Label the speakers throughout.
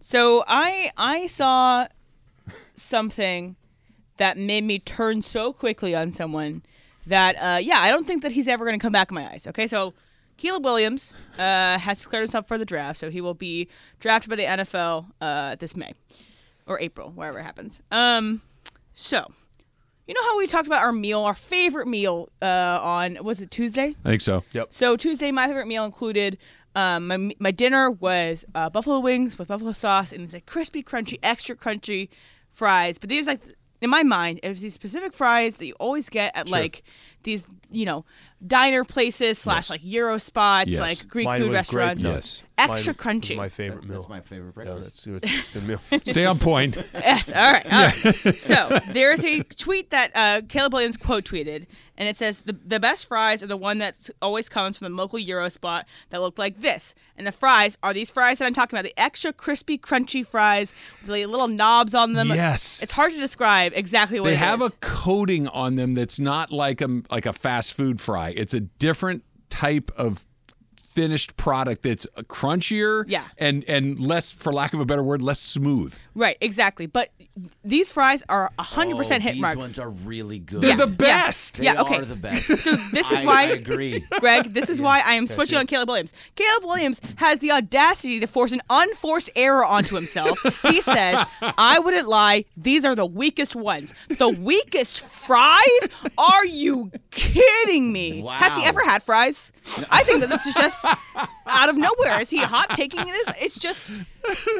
Speaker 1: So I I saw something that made me turn so quickly on someone that uh, yeah I don't think that he's ever going to come back in my eyes. Okay, so Caleb Williams uh, has declared himself for the draft, so he will be drafted by the NFL uh, this May or April, wherever it happens. Um, so you know how we talked about our meal, our favorite meal uh, on was it Tuesday?
Speaker 2: I think so. Yep.
Speaker 1: So Tuesday, my favorite meal included um, my my dinner was uh, buffalo wings with buffalo sauce, and it's like crispy, crunchy, extra crunchy fries. But these like in my mind, it was these specific fries that you always get at like these you know diner places slash like Euro spots,
Speaker 2: Yes.
Speaker 1: like Greek
Speaker 3: Mine
Speaker 1: food
Speaker 3: was grape
Speaker 1: restaurants.
Speaker 2: nuts.
Speaker 1: Extra
Speaker 3: Mine was
Speaker 1: crunchy.
Speaker 3: My favorite meal.
Speaker 4: That's my favorite
Speaker 3: Yeah,
Speaker 4: breakfast.
Speaker 3: that's, it's good meal.
Speaker 2: Stay on point.
Speaker 1: Yes. All right. All right. so there's a tweet that uh, Caleb Williams quote tweeted, and it says the the best fries are the one that always comes from the local Euro spot that look like this, and the fries are these fries that I'm talking about, the extra crispy, crunchy fries with the little knobs on them.
Speaker 2: Yes.
Speaker 1: It's hard to describe exactly what
Speaker 2: They
Speaker 1: it
Speaker 2: have
Speaker 1: is.
Speaker 2: a coating on them that's not like a like a fast food fry. It's a different type of finished product that's crunchier
Speaker 1: Yeah.
Speaker 2: and and less for lack of a better word less smooth
Speaker 1: right, exactly. But these fries are 100%
Speaker 4: Oh,
Speaker 1: hit
Speaker 4: these
Speaker 1: mark.
Speaker 4: ones are really good.
Speaker 2: they're the best
Speaker 4: They
Speaker 1: Yeah, okay.
Speaker 4: are the best.
Speaker 1: So this is
Speaker 4: I,
Speaker 1: why
Speaker 4: I agree.
Speaker 1: Greg, this is why I am switching on Caleb Williams. Caleb Williams has the audacity to force an unforced error onto himself. he says, I wouldn't lie, these are the weakest ones. The weakest fries? Are you kidding me? Has he
Speaker 4: Wow.
Speaker 1: ever had fries? I think that this is just out of nowhere. Is he hot taking this? It's just,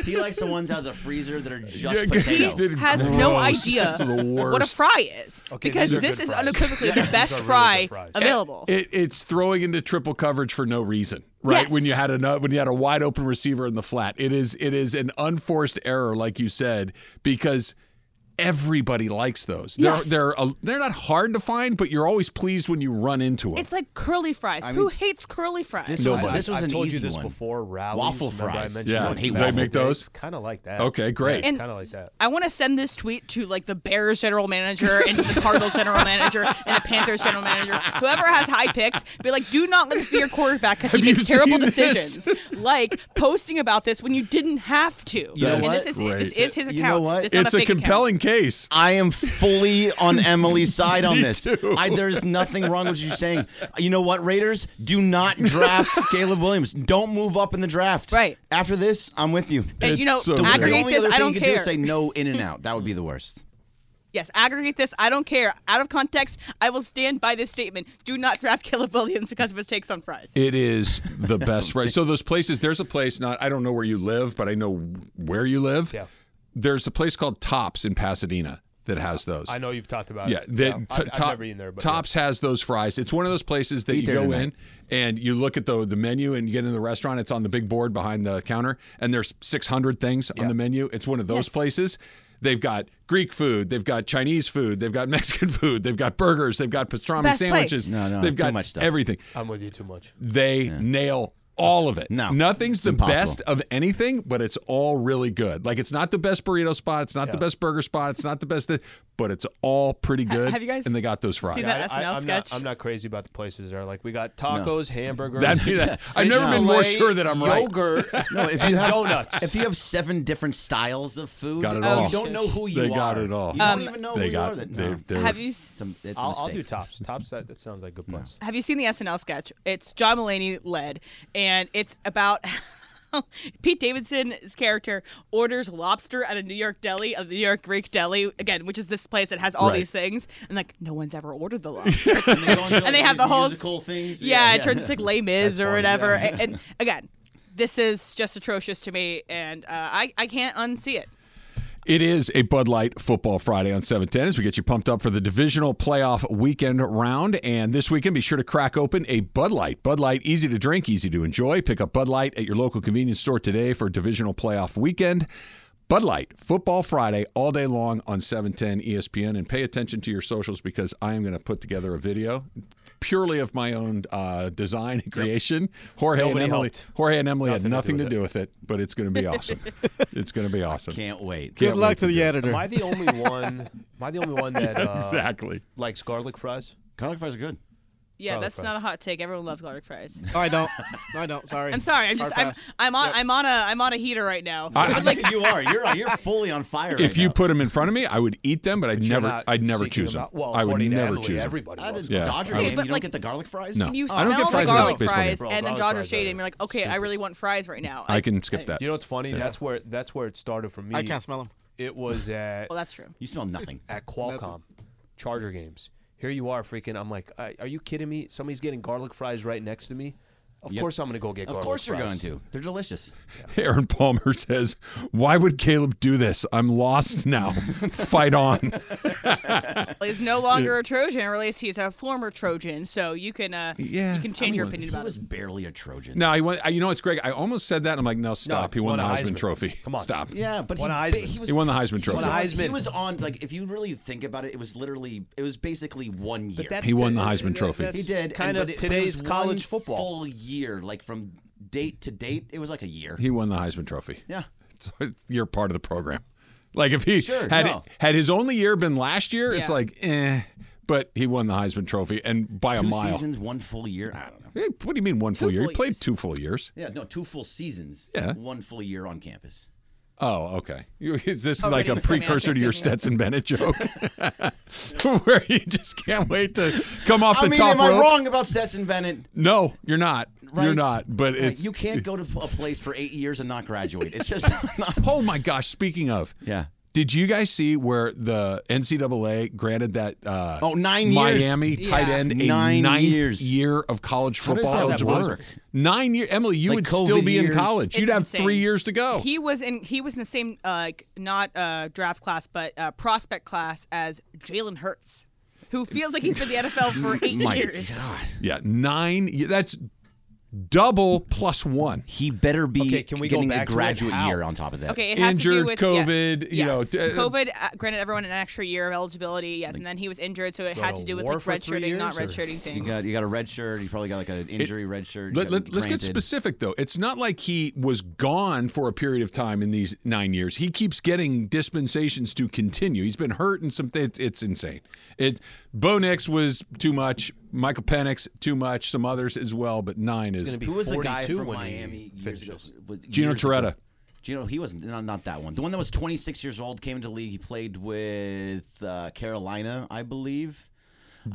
Speaker 4: He likes the ones out of the freezer that are just potato.
Speaker 2: They're
Speaker 1: has no
Speaker 2: gross.
Speaker 1: idea
Speaker 2: The
Speaker 1: what a
Speaker 2: worst.
Speaker 1: fry is.
Speaker 3: Okay,
Speaker 1: because
Speaker 3: these are
Speaker 1: this
Speaker 3: good
Speaker 1: is
Speaker 3: fries.
Speaker 1: unequivocally
Speaker 3: Yeah,
Speaker 1: the
Speaker 3: these
Speaker 1: best
Speaker 3: are really
Speaker 1: fry
Speaker 3: good fries. Eh,
Speaker 1: available.
Speaker 2: It, it's throwing into triple coverage for no reason, right?
Speaker 1: Yes.
Speaker 2: When you had a when you had a wide open receiver in the flat, it is it is an unforced error, like you said, because everybody likes those.
Speaker 1: Yes.
Speaker 2: They're they're a, they're not hard to find, but you're always pleased when you run into them.
Speaker 1: it's like curly fries. Who hates curly fries?
Speaker 4: This was,
Speaker 2: Nobody.
Speaker 4: this was
Speaker 3: I've
Speaker 4: an
Speaker 3: told
Speaker 4: easy
Speaker 3: you this
Speaker 4: one.
Speaker 3: before. Rallies,
Speaker 4: Waffle
Speaker 3: remember I
Speaker 4: fries.
Speaker 3: mentioned
Speaker 2: Yeah.
Speaker 3: that?
Speaker 2: Do they make those?
Speaker 3: It's kind of like that.
Speaker 2: Okay, great.
Speaker 3: Yeah,
Speaker 1: And-
Speaker 3: it's kind of like that.
Speaker 1: I want to send this tweet to like the Bears general manager and the Cardinals general manager and the Panthers general manager, whoever has high picks. Be like, do not let this be your quarterback because he
Speaker 2: Have you
Speaker 1: makes terrible
Speaker 2: seen this?
Speaker 1: decisions. like posting about this when you didn't have to.
Speaker 4: You know
Speaker 1: and
Speaker 4: what?
Speaker 1: this is this
Speaker 2: Great.
Speaker 1: is his account.
Speaker 4: You know what?
Speaker 1: It's, not
Speaker 2: it's
Speaker 1: a,
Speaker 2: a,
Speaker 1: fake account.
Speaker 2: compelling case.
Speaker 4: I am fully on Emily's side on
Speaker 2: Me
Speaker 4: this.
Speaker 2: too.
Speaker 4: I, there's nothing wrong with what you're saying. You know what, Raiders? Do not draft Caleb Williams. Don't move up in the draft.
Speaker 1: Right.
Speaker 4: After this, I'm with you.
Speaker 1: And, you know,
Speaker 2: It's so
Speaker 4: The
Speaker 2: weird.
Speaker 1: aggregate
Speaker 4: only
Speaker 1: this.
Speaker 4: other
Speaker 1: I
Speaker 4: thing
Speaker 1: don't
Speaker 4: you could
Speaker 1: care.
Speaker 4: do is say no in and out. That would be the worst.
Speaker 1: yes, aggregate this. I don't care. Out of context, I will stand by this statement. Do not draft Caleb Williams because of his takes on fries.
Speaker 2: It is the best right. So those places, there's a place not I don't know where you live, but I know where you live.
Speaker 3: Yeah.
Speaker 2: There's a place called Tops in Pasadena that has those.
Speaker 3: I know you've talked about
Speaker 2: Yeah,
Speaker 3: it.
Speaker 2: the,
Speaker 3: I've-
Speaker 2: Top-
Speaker 3: I've, never eaten there, but yeah.
Speaker 2: Tops has those fries. It's one of those places that
Speaker 4: Eat
Speaker 2: you
Speaker 4: there
Speaker 2: go
Speaker 4: tonight.
Speaker 2: in and you look at the the menu and you get in the restaurant. It's on the big board behind the counter, and there's 600 things on the menu. It's one of those places. They've got Greek food, they've got Chinese food, they've got Mexican food, they've got burgers, they've got pastrami
Speaker 1: Best place.
Speaker 2: sandwiches.
Speaker 4: No, no,
Speaker 2: they've
Speaker 4: too
Speaker 2: got
Speaker 4: much stuff.
Speaker 2: everything.
Speaker 3: I'm with you too much.
Speaker 2: They nail all of it.
Speaker 4: No,
Speaker 2: nothing's
Speaker 4: it's
Speaker 2: the
Speaker 4: impossible.
Speaker 2: best of anything, but it's all really good. Like it's not the best burrito spot, it's not the
Speaker 3: Yeah.
Speaker 2: best burger spot, it's not the best, thi- but it's all pretty good.
Speaker 1: have you guys
Speaker 2: and they got those fries.
Speaker 1: seen that SNL
Speaker 3: I'm
Speaker 1: sketch.
Speaker 3: Not, I'm not crazy about the places there. Like we got tacos, hamburgers.
Speaker 2: That- that- I've never been more sure that I'm right.
Speaker 3: yogurt, right.
Speaker 4: No, if you have
Speaker 3: donuts.
Speaker 4: if you have seven different styles of food,
Speaker 2: Got it
Speaker 4: you
Speaker 2: all.
Speaker 4: don't know who you
Speaker 2: They
Speaker 4: are.
Speaker 2: got it all.
Speaker 4: You don't
Speaker 2: Um,
Speaker 4: even know
Speaker 2: they
Speaker 4: who
Speaker 2: got
Speaker 4: you are. That,
Speaker 2: they-
Speaker 4: no.
Speaker 2: they're-
Speaker 1: Have you
Speaker 4: It's a- it's a
Speaker 3: I'll, I'll do
Speaker 4: mistake.
Speaker 3: tops. Tops. That, that sounds like a good place.
Speaker 1: Have you seen the SNL sketch? It's John Mulaney led, and it's about how Pete Davidson's character orders lobster at a New York deli, a New York Greek deli, again, which is this place that has all
Speaker 2: Right.
Speaker 1: these things, and like no one's ever ordered the lobster.
Speaker 4: And, they go into, like,
Speaker 1: they have
Speaker 4: these
Speaker 1: the whole-
Speaker 4: musical things.
Speaker 1: yeah, it turns into like Les Mis or whatever. And, and again, this is just atrocious to me, and uh, I I can't unsee it.
Speaker 2: It is a Bud Light Football Friday on 710 as we get you pumped up for the divisional playoff weekend round. And this weekend, be sure to crack open a Bud Light. Bud Light, easy to drink, easy to enjoy. Pick up Bud Light at your local convenience store today for divisional playoff weekend. Bud Light, Football Friday, all day long on E 710 ESPN. And pay attention to your socials because I am going to put together a video purely of my own uh, design and creation. Jorge
Speaker 4: Nobody
Speaker 2: and Emily,
Speaker 4: helped.
Speaker 2: Jorge and Emily had nothing to do with it, but it's going to be awesome. it's going to be awesome.
Speaker 4: Can't wait.
Speaker 2: Can't
Speaker 5: Good luck
Speaker 2: wait
Speaker 5: to the
Speaker 2: do it.
Speaker 5: editor.
Speaker 3: Am I the only one? Am I the only one that uh,
Speaker 2: Exactly.
Speaker 3: likes garlic fries?
Speaker 4: Garlic fries are good.
Speaker 1: Yeah,
Speaker 3: Garlic
Speaker 1: that's not a
Speaker 3: fries.
Speaker 1: hot take. Everyone loves garlic fries.
Speaker 5: Oh, I don't. No, I don't. Sorry.
Speaker 1: I'm sorry. I'm just I'm,
Speaker 5: pass.
Speaker 1: I'm on I'm on a I'm on a heater right now.
Speaker 4: I, like you are. You're you're fully on fire.
Speaker 2: If you put them in front of me, I would eat them, but I'd
Speaker 3: You're
Speaker 2: never,
Speaker 3: not
Speaker 2: I'd never
Speaker 3: seeking
Speaker 2: choose them.
Speaker 3: out- Well,
Speaker 2: I would
Speaker 3: according to
Speaker 2: never
Speaker 3: Emily,
Speaker 2: choose 'em.
Speaker 3: Everybody
Speaker 4: At
Speaker 3: loves
Speaker 4: a
Speaker 2: Yeah,
Speaker 4: Dodger
Speaker 1: would.
Speaker 2: I
Speaker 4: game, you
Speaker 1: But,
Speaker 4: don't
Speaker 1: like-
Speaker 4: get the garlic fries.
Speaker 2: No.
Speaker 1: Can you
Speaker 2: I
Speaker 1: smell
Speaker 2: don't get
Speaker 1: the
Speaker 2: fries at a
Speaker 1: garlic
Speaker 2: baseball game.
Speaker 1: fries
Speaker 3: Bro,
Speaker 1: and then
Speaker 3: garlic
Speaker 1: Dodger
Speaker 3: fries
Speaker 1: Stadium?
Speaker 3: are
Speaker 1: You're like, okay, I really want fries right now.
Speaker 2: I can skip that.
Speaker 3: You know what's funny? That's where that's where it started for me.
Speaker 5: I can't smell them.
Speaker 3: It was at
Speaker 1: Well, that's true.
Speaker 4: You smell nothing.
Speaker 3: at Qualcomm, Charger games. Here you are, freaking. I'm like, "Uh, are you kidding me? Somebody's getting garlic fries right next to me. Of course, I'm gonna go get.
Speaker 4: Of
Speaker 3: garlic
Speaker 4: course you're going
Speaker 3: fries.
Speaker 4: to. They're delicious.
Speaker 2: Aaron Palmer says, "Why would Caleb do this? I'm lost now. Fight on."
Speaker 1: Is no longer a Trojan, or at least he's a former Trojan. So you can uh,
Speaker 2: Yeah,
Speaker 1: you can change your
Speaker 2: I'm-
Speaker 1: opinion
Speaker 4: He
Speaker 1: about
Speaker 4: was
Speaker 1: it.
Speaker 4: barely a Trojan.
Speaker 2: No, he won. You know, it's Greg. I almost said that. and I'm like, no, stop. he won the
Speaker 3: won a
Speaker 2: Heisman,
Speaker 3: Heisman.
Speaker 2: Trophy.
Speaker 3: Come on.
Speaker 2: stop.
Speaker 4: Yeah, but
Speaker 3: Won a
Speaker 4: he,
Speaker 3: Heisman.
Speaker 4: but he was
Speaker 2: He won the Heisman
Speaker 4: He
Speaker 2: Trophy.
Speaker 4: was,
Speaker 3: Won a
Speaker 4: on,
Speaker 3: Heisman.
Speaker 4: he was on like if you really think about it, it was literally it was basically one year.
Speaker 3: that's
Speaker 2: He won the
Speaker 3: t-
Speaker 2: Heisman
Speaker 3: that-
Speaker 2: Trophy.
Speaker 4: he
Speaker 3: that's
Speaker 4: did
Speaker 3: kind
Speaker 4: and,
Speaker 3: of
Speaker 4: but it- but it
Speaker 3: today's
Speaker 4: was
Speaker 3: college
Speaker 4: one
Speaker 3: football.
Speaker 4: Full year, like from date to date, it was like a year.
Speaker 2: He won the Heisman Trophy.
Speaker 4: yeah.
Speaker 2: So it's- you're part of the program. Like if he
Speaker 4: Sure,
Speaker 2: had
Speaker 4: no.
Speaker 2: had his only year been last year, it's
Speaker 1: Yeah.
Speaker 2: like, eh. But he won the Heisman Trophy and by a
Speaker 4: Two
Speaker 2: mile.
Speaker 4: seasons, one full year. I don't know.
Speaker 2: Hey, What do you mean one full
Speaker 1: Two
Speaker 2: year?
Speaker 1: full
Speaker 2: He played
Speaker 1: years.
Speaker 2: two full years.
Speaker 4: Yeah, no, two full seasons.
Speaker 2: Yeah.
Speaker 4: One full year on campus.
Speaker 2: Oh, okay. You- Is this
Speaker 1: Oh, right,
Speaker 2: like a
Speaker 1: it was something I
Speaker 2: precursor
Speaker 1: fixed
Speaker 2: to your
Speaker 1: in here.
Speaker 2: Stetson Bennett joke, where you just can't wait to come off the
Speaker 4: I mean,
Speaker 2: top
Speaker 4: am I
Speaker 2: rope?
Speaker 4: wrong about Stetson Bennett?
Speaker 2: No, you're not. You're
Speaker 4: Right?
Speaker 2: not. But
Speaker 4: Right,
Speaker 2: it's
Speaker 4: you can't go to a place for eight years and not graduate. It's just not.
Speaker 2: Oh my gosh! Speaking of,
Speaker 4: Yeah.
Speaker 2: Did you guys see where the NCAA granted that? Uh,
Speaker 4: Oh, nine years.
Speaker 2: Miami tight
Speaker 1: Yeah.
Speaker 2: end a
Speaker 4: Nine
Speaker 2: ninth
Speaker 4: years.
Speaker 2: year of college
Speaker 4: does
Speaker 2: football
Speaker 4: that
Speaker 2: eligibility.
Speaker 4: work?
Speaker 2: Nine year, Emily, you
Speaker 4: Like
Speaker 2: would still
Speaker 4: COVID
Speaker 2: be in
Speaker 4: years?
Speaker 2: college. You'd
Speaker 1: It's
Speaker 2: have
Speaker 1: insane.
Speaker 2: three years to go.
Speaker 1: He was in he was in the same uh, like, not uh, draft class but uh, prospect class as Jalen Hurts, who feels like he's been in the NFL for eight
Speaker 4: My
Speaker 1: years.
Speaker 4: God.
Speaker 2: yeah, nine. ye- That's double plus one.
Speaker 4: He better be
Speaker 3: Okay, can we go
Speaker 4: getting a
Speaker 3: back to it?
Speaker 4: graduate
Speaker 3: How?
Speaker 4: year on top of that.
Speaker 1: Okay, it has to
Speaker 2: Injured,
Speaker 1: do with
Speaker 2: COVID,
Speaker 1: Yeah,
Speaker 2: you
Speaker 1: yeah.
Speaker 2: know, d- uh,
Speaker 1: COVID uh, granted everyone an extra year of eligibility. Yes, and then he was injured, so it had
Speaker 3: to
Speaker 1: to do with
Speaker 3: war
Speaker 1: like
Speaker 3: for three
Speaker 1: redshirting, not
Speaker 3: years, or-
Speaker 1: redshirting things.
Speaker 4: You got you got a red shirt. You probably got like an injury red shirt. you
Speaker 2: Let,
Speaker 4: got
Speaker 2: let, us get
Speaker 4: granted.
Speaker 2: specific though. It's not like he was gone for a period of time in these nine years. He keeps getting dispensations to continue. He's been hurt and some. It's, it's insane. It Bo Nix was too much. Michael Penix too much. Some others as well, but nine is
Speaker 3: gonna be
Speaker 4: Who was the guy
Speaker 3: 42
Speaker 4: from
Speaker 3: when he
Speaker 4: Miami years ago?
Speaker 3: finishes.
Speaker 4: Was-
Speaker 2: Gino
Speaker 4: years ago.
Speaker 2: Toretta.
Speaker 4: Gino, he wasn't not, not that one. The one that was 26 years old came into the league. He played with uh, Carolina, I believe.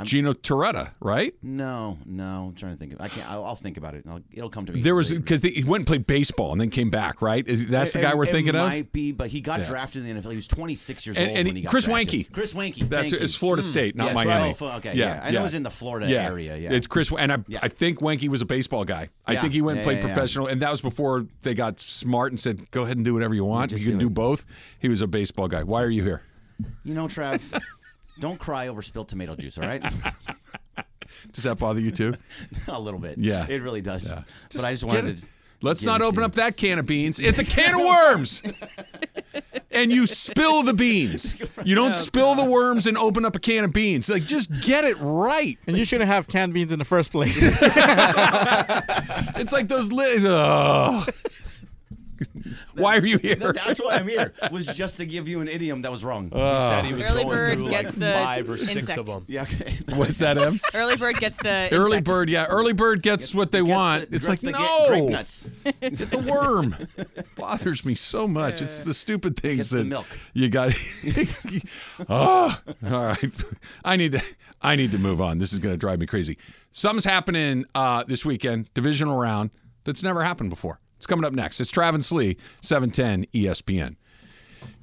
Speaker 2: Gino Toretta, right?
Speaker 3: Mm-hmm.
Speaker 4: No, no, I'm trying to think. Of, I can't. I'll, I'll think about it. I'll, it'll come to me.
Speaker 2: There was
Speaker 4: later.
Speaker 2: because he went and played baseball and then came back, right? Is- That's the
Speaker 4: It-
Speaker 2: guy we're
Speaker 4: it
Speaker 2: thinking of.
Speaker 4: Might be, but he got drafted in the NFL. He was 26 years
Speaker 2: And-
Speaker 4: old
Speaker 2: and
Speaker 4: when he got
Speaker 2: Chris
Speaker 4: drafted.
Speaker 2: Wanke.
Speaker 4: Chris Wanke.
Speaker 2: That's
Speaker 4: thank
Speaker 2: it's
Speaker 4: you. Hmm.
Speaker 2: Florida State, not
Speaker 4: Yes,
Speaker 2: Miami.
Speaker 4: right. Oh, okay, yeah. I know it was in the Florida area, yeah.
Speaker 2: it's Chris, and I, I think Wanky was a baseball guy. I
Speaker 4: Yeah.
Speaker 2: think he went and
Speaker 4: Yeah,
Speaker 2: played
Speaker 4: yeah, yeah.
Speaker 2: professional, and that was before they got smart and said, "Go ahead and do whatever you want. you can do both." He was a baseball guy. Why are you here?
Speaker 4: You know, Trav. Don't cry over spilled tomato juice, all right?
Speaker 2: Does that bother you too?
Speaker 4: a little bit.
Speaker 2: Yeah.
Speaker 4: It really does. but I just
Speaker 2: Get
Speaker 4: wanted
Speaker 2: it.
Speaker 4: to.
Speaker 2: Let's
Speaker 4: get
Speaker 2: not
Speaker 4: it
Speaker 2: open
Speaker 4: to-
Speaker 2: up that can of beans. It's a can of worms. and you spill the beans. You
Speaker 4: Oh,
Speaker 2: don't spill the worms and open up a can of beans. Like just get it right.
Speaker 5: And you shouldn't have canned beans in the first place.
Speaker 2: It's like those li- Ugh. Why are you here?
Speaker 4: Th- That's why I'm here. Was just to give you an idiom that was wrong.
Speaker 3: He said he was
Speaker 1: Early
Speaker 3: going
Speaker 1: bird
Speaker 3: through
Speaker 1: gets
Speaker 3: like
Speaker 1: the
Speaker 3: five or six
Speaker 1: insect.
Speaker 3: of them.
Speaker 4: yeah. Okay.
Speaker 2: What's that, Em?
Speaker 1: Early bird gets the
Speaker 2: Early
Speaker 1: insect.
Speaker 2: bird, yeah. Early bird gets what they
Speaker 4: Guess
Speaker 2: want.
Speaker 4: the-
Speaker 2: it's like
Speaker 4: guess the
Speaker 2: no,
Speaker 4: Grape nuts.
Speaker 2: Get the worm. Bothers me so much. It's the stupid things
Speaker 4: Gets
Speaker 2: that
Speaker 4: the milk.
Speaker 2: you got. oh, all right. I need to. I need to move on. This is going to drive me crazy. Something's happening uh, this weekend, divisional round that's never happened before. It's coming up next. It's Travis Lee, seven ten E ESPN.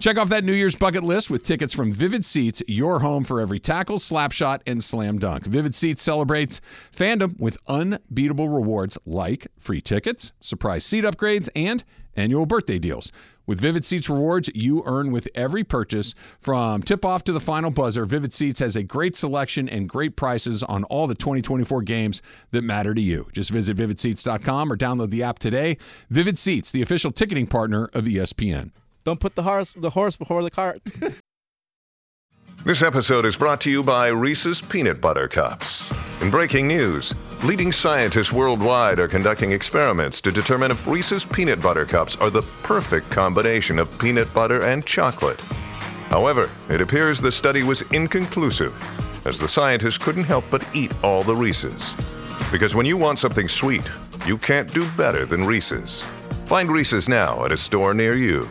Speaker 2: Check off that New Year's bucket list with tickets from Vivid Seats, your home for every tackle, slap shot, and slam dunk. Vivid Seats celebrates fandom with unbeatable rewards like free tickets, surprise seat upgrades, and annual birthday deals. With Vivid Seats rewards, you earn with every purchase. From tip off to the final buzzer, Vivid Seats has a great selection and great prices on all the 2024 games that matter to you. Just visit vividseats.com or download the app today. Vivid Seats, the official ticketing partner of E ESPN.
Speaker 5: Don't put the horse the horse before the cart.
Speaker 6: This episode is brought to you by Reese's Peanut Butter Cups. In breaking news, leading scientists worldwide are conducting experiments to determine if Reese's Peanut Butter Cups are the perfect combination of peanut butter and chocolate. However, it appears the study was inconclusive, as the scientists couldn't help but eat all the Reese's. Because when you want something sweet, you can't do better than Reese's. Find Reese's now at a store near you.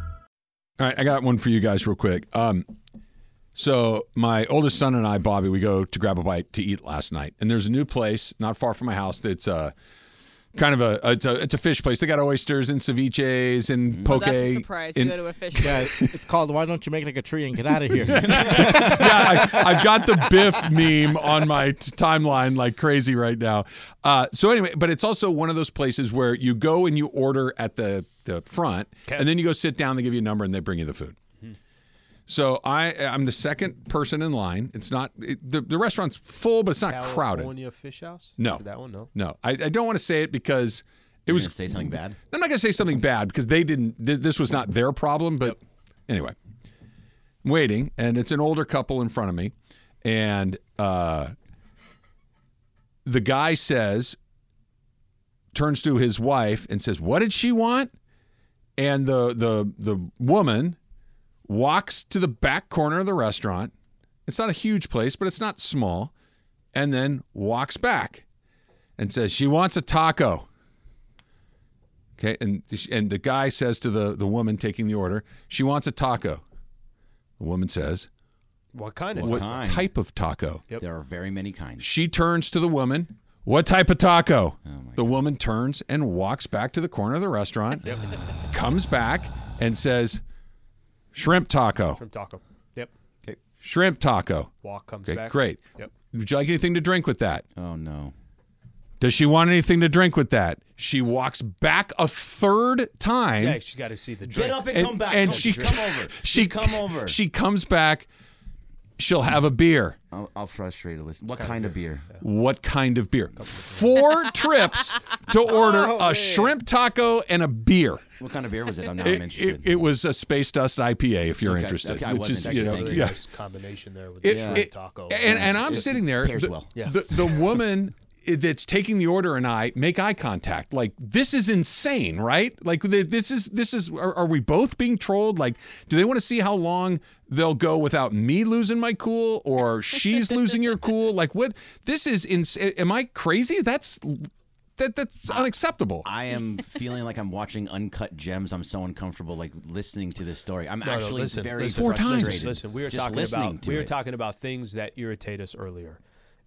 Speaker 2: All right, I got one for you guys real quick. Um, so my oldest son and I, Bobby, we go to grab a bite to eat last night, and there's a new place not far from my house that's uh, kind of a it's a, it's a fish place. They got oysters and ceviches and poke.
Speaker 1: That's a surprise.
Speaker 2: and-
Speaker 1: you go to a fish.
Speaker 5: Yeah, it's called "Why Don't You Make Like a Tree and Get Out of Here."
Speaker 2: yeah, I, I've got the Biff meme on my t- timeline like crazy right now. Uh, so anyway, but it's also one of those places where you go and you order at the the front, and then you go sit down. They give you a number and they bring you the food. So I I'm the second person in line. It's not it, the the restaurant's full, but it's not crowded.
Speaker 3: California Fish House?
Speaker 2: No.
Speaker 3: Is it that one? No.
Speaker 2: No, I, I don't want to say it because it
Speaker 4: You're
Speaker 2: was
Speaker 4: gonna say something bad.
Speaker 2: I'm not going to say something bad because they didn't. Th- this was not their problem. But anyway, I'm waiting, and it's an older couple in front of me, and uh, the guy says, turns to his wife and says, "What did she want?" And the the the woman walks to the back corner of the restaurant. It's not a huge place, but it's not small, and then walks back and says, "She wants a taco." Okay, and and the guy says to the the woman taking the order, she wants a taco. The woman says,
Speaker 3: What kind of?
Speaker 4: What
Speaker 2: "What
Speaker 4: kind?
Speaker 2: type of taco?"
Speaker 3: Yep.
Speaker 4: There are very many kinds.
Speaker 2: She turns to the woman, "What type of taco?" the woman turns and walks back to the corner of the restaurant, comes back and says, "Shrimp taco,
Speaker 3: From Taco. Yep. Okay.
Speaker 2: shrimp taco."
Speaker 3: Walk comes
Speaker 2: Okay,
Speaker 3: back.
Speaker 2: great.
Speaker 3: Yep.
Speaker 2: Would you like anything to drink with that?
Speaker 4: Oh no.
Speaker 2: Does she want anything to drink with that? She walks back a third time.
Speaker 3: Yeah, she's got to see the drink.
Speaker 4: Get up and, come back.
Speaker 2: And
Speaker 4: come,
Speaker 2: she
Speaker 4: come over.
Speaker 2: She
Speaker 4: Just come over.
Speaker 2: She comes back. She'll have a beer.
Speaker 4: I'll, I'll frustrate her. Listen, What kind of beer?
Speaker 2: What kind of beer? Four trips to
Speaker 4: Oh,
Speaker 2: order a shrimp taco and a beer.
Speaker 4: What kind of beer was it? I'm not
Speaker 2: It,
Speaker 4: interested.
Speaker 2: it- it was a space dust IPA. If you're
Speaker 4: Okay,
Speaker 2: interested,
Speaker 4: okay, I
Speaker 2: which
Speaker 4: wasn't
Speaker 2: is
Speaker 4: actually
Speaker 2: you know,
Speaker 4: thinking.
Speaker 3: Really
Speaker 2: yeah.
Speaker 3: nice combination there with
Speaker 2: It-
Speaker 3: the shrimp
Speaker 2: it-
Speaker 3: taco.
Speaker 2: And, and I'm
Speaker 4: Just
Speaker 2: sitting there.
Speaker 4: pairs
Speaker 2: the,
Speaker 4: well.
Speaker 3: Yeah.
Speaker 2: the, the woman i- that's taking the order and I make eye contact. Like this is insane, right? Like th- this is this is. Are, are we both being trolled? Like, do they want to see how long they'll go without me losing my cool or she's losing your cool? Like what? This is ins- Am I crazy? That's that that's unacceptable.
Speaker 4: I am feeling like I'm watching Uncut Gems. I'm so uncomfortable, like listening to this story. I'm
Speaker 3: No, no,
Speaker 4: actually
Speaker 3: listen,
Speaker 4: very
Speaker 3: listen,
Speaker 2: Four
Speaker 4: frustrated.
Speaker 2: times.
Speaker 3: Listen, listen, we were
Speaker 4: Just
Speaker 3: talking
Speaker 4: listening
Speaker 3: about
Speaker 4: to
Speaker 3: we were
Speaker 4: it.
Speaker 3: talking about things that irritate us earlier,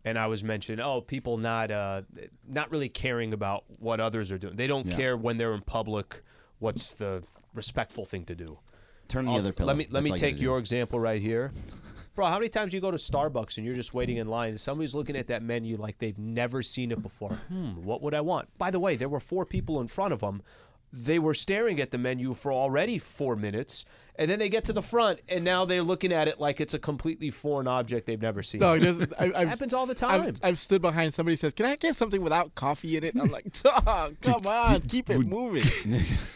Speaker 3: and I was mentioning oh people not uh, not really caring about what others are doing. They don't care when they're in public. What's the respectful thing to do?
Speaker 4: Turn the other pillow.
Speaker 3: Let me let
Speaker 4: That's
Speaker 3: me
Speaker 4: all you
Speaker 3: take
Speaker 4: gotta do.
Speaker 3: your example right here. Bro, how many times you go to Starbucks and you're just waiting in line and somebody's looking at that menu like they've never seen it before? Hmm, what would I want? By the way, there were four people in front of them. They were staring at the menu for already four minutes, and then they get to the front, and now they're looking at it like it's a completely foreign object they've never seen.
Speaker 5: Dog, there's, I, I've,
Speaker 3: Happens all the
Speaker 5: I've-
Speaker 3: time.
Speaker 5: I've, stood behind somebody who says, "Can I get something without coffee in it?" I'm like, "Dog, come on, keep it moving."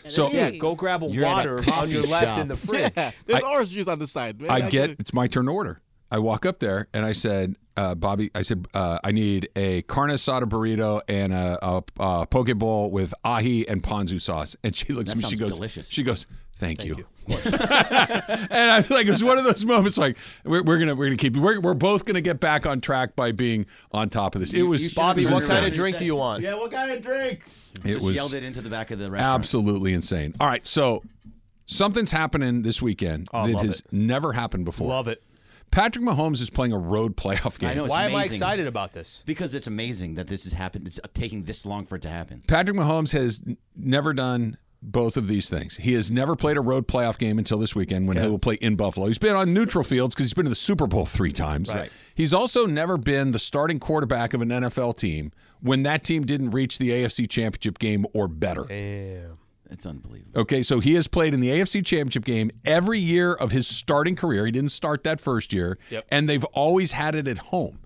Speaker 2: so
Speaker 3: yeah, go grab a
Speaker 4: You're at a
Speaker 3: water on
Speaker 4: coffee
Speaker 3: your left
Speaker 4: shop.
Speaker 3: in the fridge.
Speaker 5: There's orange juice on the side. Man.
Speaker 2: I get it's my turn to order. I walk up there and I said, uh, Bobby, I said, uh, I need a carne asada burrito and a, a, a poke bowl with ahi and ponzu sauce. And she looks
Speaker 4: That
Speaker 2: at me. She
Speaker 4: sounds
Speaker 2: goes,
Speaker 4: delicious.
Speaker 2: She goes, thank, you. and I was like, it was one of those moments. Like we're, we're gonna we're gonna keep we're, we're both gonna get back on track by being on top of this. It was
Speaker 3: Bobby,
Speaker 2: it
Speaker 3: what
Speaker 2: was
Speaker 3: kind of
Speaker 2: insane.
Speaker 3: drink do you want?
Speaker 4: Yeah, what kind of drink?
Speaker 2: It
Speaker 4: Just
Speaker 2: was
Speaker 4: yelled it into the back of the restaurant.
Speaker 2: absolutely insane. All right, so something's happening this weekend
Speaker 3: Oh,
Speaker 2: that
Speaker 3: love
Speaker 2: has
Speaker 3: it.
Speaker 2: never happened before.
Speaker 3: Love it.
Speaker 2: Patrick Mahomes is playing a road playoff game.
Speaker 4: I know. It's
Speaker 3: Why am I
Speaker 4: amazing.
Speaker 3: excited about this?
Speaker 4: Because uh, it's amazing that this has happened. It's taking this long for it to happen.
Speaker 2: Patrick Mahomes has n- never done both of these things. He has never played a road playoff game until this weekend when he will play in Buffalo. He's been on neutral fields because he's been to the Super Bowl three times.
Speaker 3: Right.
Speaker 2: He's also never been the starting quarterback of an NFL team when that team didn't reach the AFC Championship game or better.
Speaker 4: It's unbelievable.
Speaker 2: Okay, so he has played in the AFC Championship game every year of his starting career. He didn't start that first year, and they've always had it at home.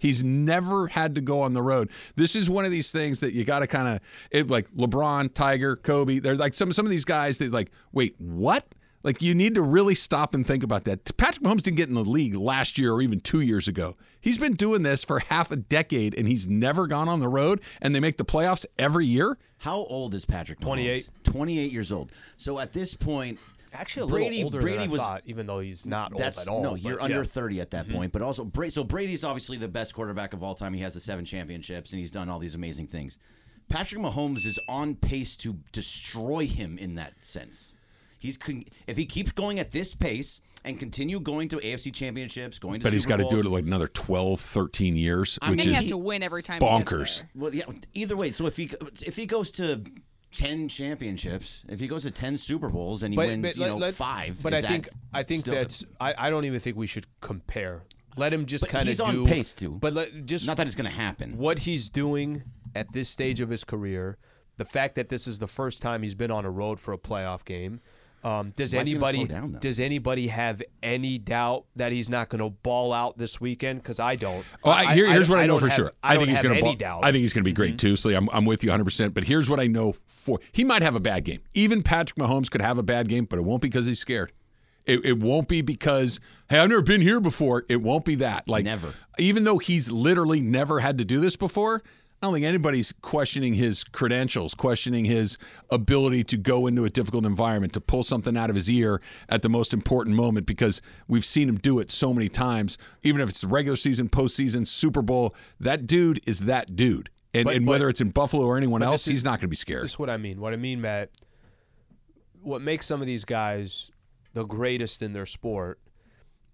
Speaker 2: He's never had to go on the road. This is one of these things that you got to kind of it like LeBron, Tiger, Kobe. They're like some some of these guys that like wait what. Like you need to really stop and think about that. Patrick Mahomes didn't get in the league last year or even two years ago. He's been doing this for half a decade and he's never gone on the road. And they make the playoffs every year.
Speaker 4: How old is Patrick? Mahomes?
Speaker 3: 28.
Speaker 4: 28 years old. So at this point,
Speaker 3: Actually, a
Speaker 4: Brady,
Speaker 3: little older
Speaker 4: Brady
Speaker 3: than I
Speaker 4: was
Speaker 3: thought, even though he's not old
Speaker 4: that's
Speaker 3: at all.
Speaker 4: no,
Speaker 3: but
Speaker 4: you're
Speaker 3: yeah. Mm-hmm.
Speaker 4: under 30 at that point. But also, Bra- so Brady's obviously the best quarterback of all time. He has the seven championships and he's done all these amazing things. Patrick Mahomes is on pace to destroy him in that sense. He's con- if he keeps going at this pace and continue going to AFC championships, going to
Speaker 2: But he's
Speaker 4: Super
Speaker 2: got to do
Speaker 4: Bowls-
Speaker 2: it like another 12, 13 years, which
Speaker 1: And he
Speaker 2: is
Speaker 1: has to win every time. He
Speaker 2: bonkers.
Speaker 1: gets there.
Speaker 4: Well, yeah. Either way, so if he if he goes to ten championships, if he goes to ten Super Bowls and he wins, you
Speaker 3: let-
Speaker 4: know,
Speaker 3: let-
Speaker 4: five.
Speaker 3: But
Speaker 4: is
Speaker 3: I
Speaker 4: that
Speaker 3: think I think
Speaker 4: still-
Speaker 3: that's I, I don't even think we should compare. Let him just
Speaker 4: But
Speaker 3: kind of
Speaker 4: he's
Speaker 3: do.
Speaker 4: on pace to.
Speaker 3: But let, just
Speaker 4: not that it's going to happen.
Speaker 3: what he's doing at this stage of his career, the fact that this is the first time he's been on a road for a playoff game. Um, does
Speaker 4: Why's he gonna
Speaker 3: anybody
Speaker 4: slow down, though?
Speaker 3: does anybody have any doubt that he's not going to ball out this weekend? Because I don't.
Speaker 2: Oh, I, here, here's what I, know
Speaker 3: don't
Speaker 2: for
Speaker 3: have-
Speaker 2: sure.
Speaker 3: I,
Speaker 2: I,
Speaker 3: don't
Speaker 2: think he's
Speaker 3: have
Speaker 2: going to.
Speaker 3: any doubt.
Speaker 2: I think he's going to be great too. So I'm, I'm with you 100. percent But here's what I know for he might have a bad game. Even Patrick Mahomes could have a bad game, but it won't be because he's scared. It, it won't be because hey I've never been here before. It won't be that like
Speaker 4: Never.
Speaker 2: Even though he's literally never had to do this before, I don't think anybody's questioning his credentials, questioning his ability to go into a difficult environment, to pull something out of his ear at the most important moment, because we've seen him do it so many times. Even if it's the regular season, postseason, Super Bowl, that dude is that dude. And,
Speaker 3: But-
Speaker 2: and
Speaker 3: but-
Speaker 2: whether it's in Buffalo or anyone else,
Speaker 3: this is-
Speaker 2: he's not going to be scared.
Speaker 3: This is what I mean. What I mean, Matt, what makes some of these guys the greatest in their sport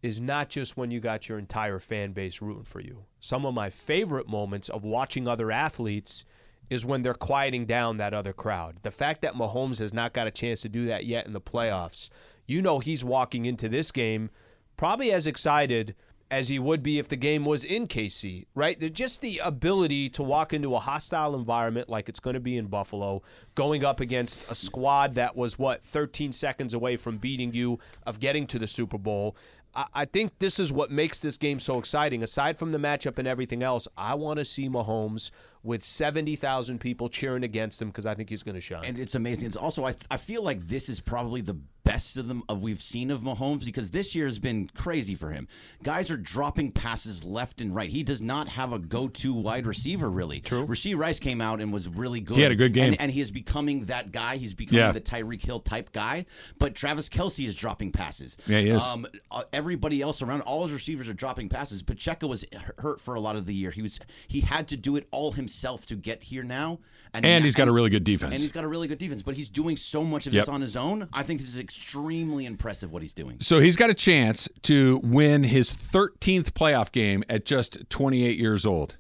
Speaker 3: is not just when you got your entire fan base rooting for you. Some of my favorite moments of watching other athletes is when they're quieting down that other crowd. The fact that Mahomes has not got a chance to do that yet in the playoffs, you know he's walking into this game probably as excited as he would be if the game was in KC, right? There's just the ability to walk into a hostile environment like it's going to be in Buffalo, going up against a squad that was, what, 13 seconds away from beating you, of getting to the Super Bowl. I, I think this is what makes this game so exciting. Aside from the matchup and everything else, I want to see Mahomes with 70,000 people cheering against him because I think he's going to shine.
Speaker 4: And it's amazing. It's also I, I feel like this is probably the best of them of we've seen of Mahomes because this year has been crazy for him. Guys are dropping passes left and right. He does not have a go-to wide receiver really. True. Rasheed Rice came out and was really good.
Speaker 2: He had a good game.
Speaker 4: and, and he is becoming that guy. He's becoming
Speaker 2: Yeah.
Speaker 4: the Tyreek Hill type guy. But Travis Kelsey is dropping passes.
Speaker 2: Yeah, he is.
Speaker 4: Um, uh, everybody else around, all his receivers are dropping passes. Pacheco was h- hurt for a lot of the year. He was he had to do it all himself to get here now.
Speaker 2: And he's got a really good defense.
Speaker 4: And he's got a really good defense, but he's doing so much of
Speaker 2: Yep.
Speaker 4: this on his own. I think this is extremely impressive what he's doing.
Speaker 2: So he's got a chance to win his 13th playoff game at just 28 years old.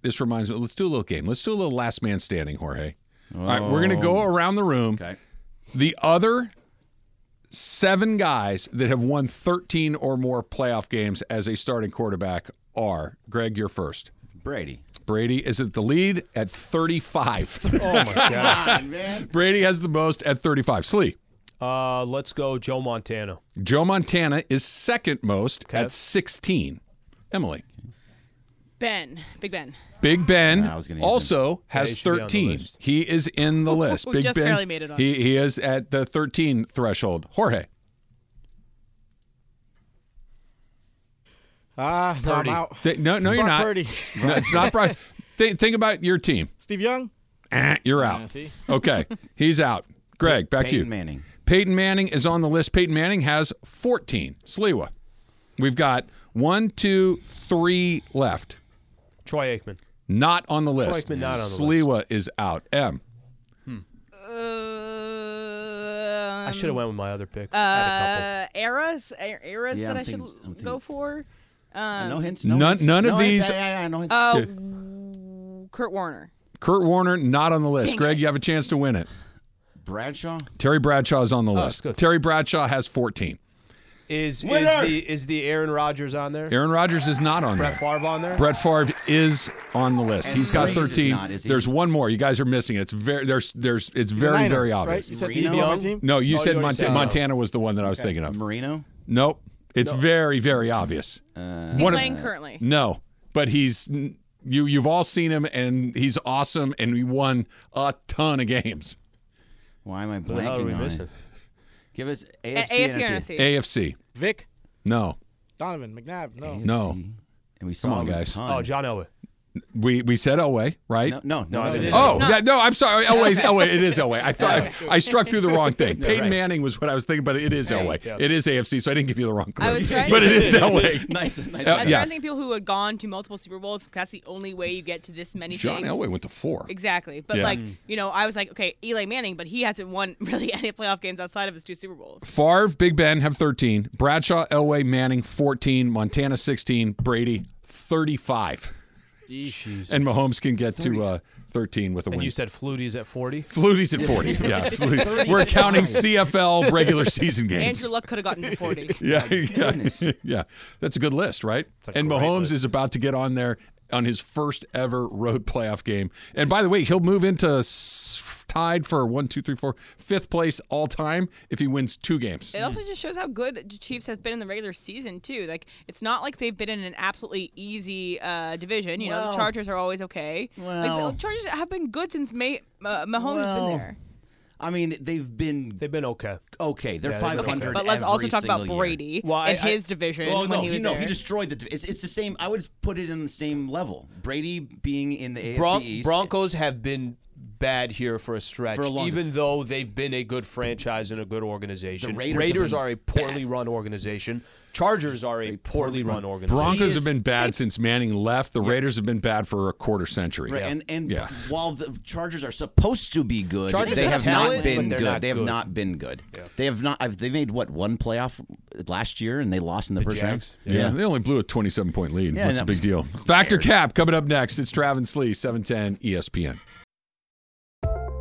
Speaker 2: This reminds me, let's do a little game. Let's do a little last man standing, Jorge. All right, we're going to go around the room.
Speaker 4: Okay.
Speaker 2: The other seven guys that have won 13 or more playoff games as a starting quarterback are Greg, you're first.
Speaker 4: Brady.
Speaker 2: Brady is at the lead at 35.
Speaker 3: oh, my God.
Speaker 2: Brady has the most at 35. Slee.
Speaker 3: Uh, let's go, Joe Montana.
Speaker 2: Joe Montana is second most at 16. Emily.
Speaker 1: Ben, Big Ben,
Speaker 2: Big Ben
Speaker 4: I was gonna use him.
Speaker 2: also has
Speaker 3: he should be on the
Speaker 2: 13.
Speaker 3: list.
Speaker 2: He is in the list. Big
Speaker 1: Just
Speaker 2: Ben
Speaker 1: barely made it on.
Speaker 2: He he is at the 13 threshold. Jorge,
Speaker 5: Ah, no, I'm out.
Speaker 2: th- no no you're
Speaker 5: Brock
Speaker 2: not.
Speaker 5: Purdy.
Speaker 2: No, it's not Brian. Th- think about your team.
Speaker 5: Steve Young.
Speaker 2: Eh, you're out.
Speaker 5: see?
Speaker 2: Okay, he's out. Greg, back to you.
Speaker 4: Peyton Manning.
Speaker 2: Peyton Manning is on the list. Peyton Manning has 14. Sliwa. We've got one, two, three left.
Speaker 3: Troy Aikman.
Speaker 2: Not on the list.
Speaker 3: Aikman not on the list.
Speaker 2: Sliwa is out. M.
Speaker 1: uh,
Speaker 3: I should have went with my other picks.
Speaker 1: uh, eras, er- eras
Speaker 4: Yeah,
Speaker 1: that
Speaker 4: I'm
Speaker 1: i should
Speaker 4: thinking- I'm
Speaker 1: go
Speaker 4: thinking-
Speaker 1: for.
Speaker 4: Uh, no hints.
Speaker 2: none-
Speaker 4: hints?
Speaker 2: none of
Speaker 4: No hints.
Speaker 2: these-
Speaker 4: Yeah, yeah, yeah, no hints.
Speaker 1: Kurt Warner.
Speaker 2: Kurt Warner not on the list. Greg, you have a chance to win it.
Speaker 4: Bradshaw?
Speaker 2: Terry Bradshaw is on the list.
Speaker 3: Oh, good.
Speaker 2: Terry Bradshaw has 14.
Speaker 3: Is is
Speaker 4: Winner!
Speaker 3: the is the Aaron Rodgers on there?
Speaker 2: Aaron Rodgers is not on
Speaker 3: Brett
Speaker 2: there.
Speaker 3: Favre on there?
Speaker 2: Brett Favre is on the list.
Speaker 4: And
Speaker 2: He's got
Speaker 4: Breeze is
Speaker 2: 13.
Speaker 4: not, is he?
Speaker 2: There's one more. You guys are missing it. It's very there's there's it's very
Speaker 5: Niner,
Speaker 2: very
Speaker 5: Right?
Speaker 2: obvious.
Speaker 5: You said
Speaker 4: Reno?
Speaker 5: Steve Young? team?
Speaker 2: No, you
Speaker 3: Oh,
Speaker 2: said
Speaker 3: you already
Speaker 2: Monta-
Speaker 3: said-
Speaker 2: Montana was the one that I was thinking of.
Speaker 4: Marino?
Speaker 2: Nope. It's very very obvious.
Speaker 3: Uh,
Speaker 1: Is he
Speaker 2: One of-
Speaker 1: playing currently?
Speaker 2: No, but he's you you've all seen him and he's awesome and he won a ton of games.
Speaker 4: Why am I
Speaker 3: Who the hell are we
Speaker 4: blanking on
Speaker 3: missing?
Speaker 4: it? Give us AFC,
Speaker 1: A- AFC or NFC?
Speaker 4: NFC.
Speaker 2: AFC.
Speaker 5: Vic,
Speaker 2: No.
Speaker 5: Donovan, McNabb. No.
Speaker 2: No.
Speaker 4: AFC. And we
Speaker 2: on,
Speaker 4: saw it was a
Speaker 2: guys.
Speaker 4: ton.
Speaker 3: Oh, John Elway.
Speaker 2: We we said Elway, right?
Speaker 4: No, no, no.
Speaker 3: No, it
Speaker 4: it isn't.
Speaker 3: isn't.
Speaker 2: Oh, yeah, no, I'm sorry. Elway's Elway. It is Elway. I thought I struck through the wrong thing. Peyton
Speaker 4: right.
Speaker 2: Manning was what I was thinking, but it is Elway.
Speaker 3: yeah.
Speaker 2: It is AFC, so I didn't give you the wrong clue.
Speaker 1: I was trying
Speaker 2: but
Speaker 1: to-
Speaker 2: it is Elway.
Speaker 4: nice, nice.
Speaker 1: I
Speaker 2: Uh,
Speaker 1: was
Speaker 2: yeah.
Speaker 1: trying to think of people who had gone to multiple Super Bowls. That's the only way you get to this many
Speaker 2: John
Speaker 1: things.
Speaker 2: Elway went to four.
Speaker 1: Exactly. But
Speaker 2: Yeah. Mm.
Speaker 1: like, you know, I was like, okay, Eli Manning, but he hasn't won really any playoff games outside of his two Super Bowls.
Speaker 2: Favre, Big Ben have 13. Bradshaw, Elway, Manning 14. Montana 16. Brady 35. And Mahomes can get to uh, 13 with a
Speaker 3: And
Speaker 2: win.
Speaker 3: you said Flutie's at 40?
Speaker 2: Flutie's at 40. Yeah. Flutie. We're counting CFL regular season games.
Speaker 1: Andrew Luck could have gotten to 40.
Speaker 2: yeah, yeah, yeah. That's a good list, right?
Speaker 3: a
Speaker 2: And
Speaker 3: great
Speaker 2: Mahomes
Speaker 3: list.
Speaker 2: is about to get on there on his first ever road playoff game. And by the way, he'll move into s- tied for one, two, three, four, fifth place all time if he wins two games.
Speaker 1: It also just shows how good the Chiefs have been in the regular season too. Like it's not like they've been in an absolutely easy uh, division. You know,
Speaker 4: Well-
Speaker 1: the Chargers are always okay.
Speaker 4: Well-
Speaker 1: like, the Chargers have been good since May, uh, Mahomes has
Speaker 4: Well,
Speaker 1: been there.
Speaker 4: I mean, they've been
Speaker 3: They've been okay.
Speaker 4: okay. They're
Speaker 3: Yeah, they've been
Speaker 4: 500.
Speaker 3: okay.
Speaker 1: But let's
Speaker 4: every
Speaker 1: also talk about
Speaker 4: single year.
Speaker 1: Brady
Speaker 3: Well, I-
Speaker 1: and
Speaker 3: I-
Speaker 1: his division
Speaker 4: Well,
Speaker 1: when
Speaker 4: no,
Speaker 1: he
Speaker 4: he,
Speaker 1: was
Speaker 4: no,
Speaker 1: there.
Speaker 4: he destroyed the. It's, it's the same. I would put it in the same level. Brady being in the AFC
Speaker 3: Bron-
Speaker 4: East.
Speaker 3: Broncos have been bad here for a stretch,
Speaker 4: For a long-
Speaker 3: even though they've been a good franchise and a good organization.
Speaker 4: The Raiders have
Speaker 3: are a poorly run organization. Chargers are a poorly run organization.
Speaker 2: Broncos have been bad since Manning left. The Raiders have been bad for a quarter century.
Speaker 4: Right, And and
Speaker 2: Yeah.
Speaker 4: while the Chargers are supposed to be good,
Speaker 3: Chargers
Speaker 4: they
Speaker 3: have
Speaker 4: have
Speaker 3: talent,
Speaker 4: not been
Speaker 3: but they're
Speaker 4: good.
Speaker 3: not
Speaker 4: they have
Speaker 3: good.
Speaker 4: not been good. They have not. I've, they made what one playoff last year, and they lost in the, first
Speaker 3: Jags.
Speaker 4: round.
Speaker 2: Yeah. they only blew a 27 point lead.
Speaker 4: Yeah,
Speaker 2: What's the
Speaker 4: that
Speaker 2: big
Speaker 4: was-
Speaker 2: deal?
Speaker 4: who
Speaker 2: Factor
Speaker 4: cares?
Speaker 2: Cap coming up next. It's Travis Lee, E 710 ESPN.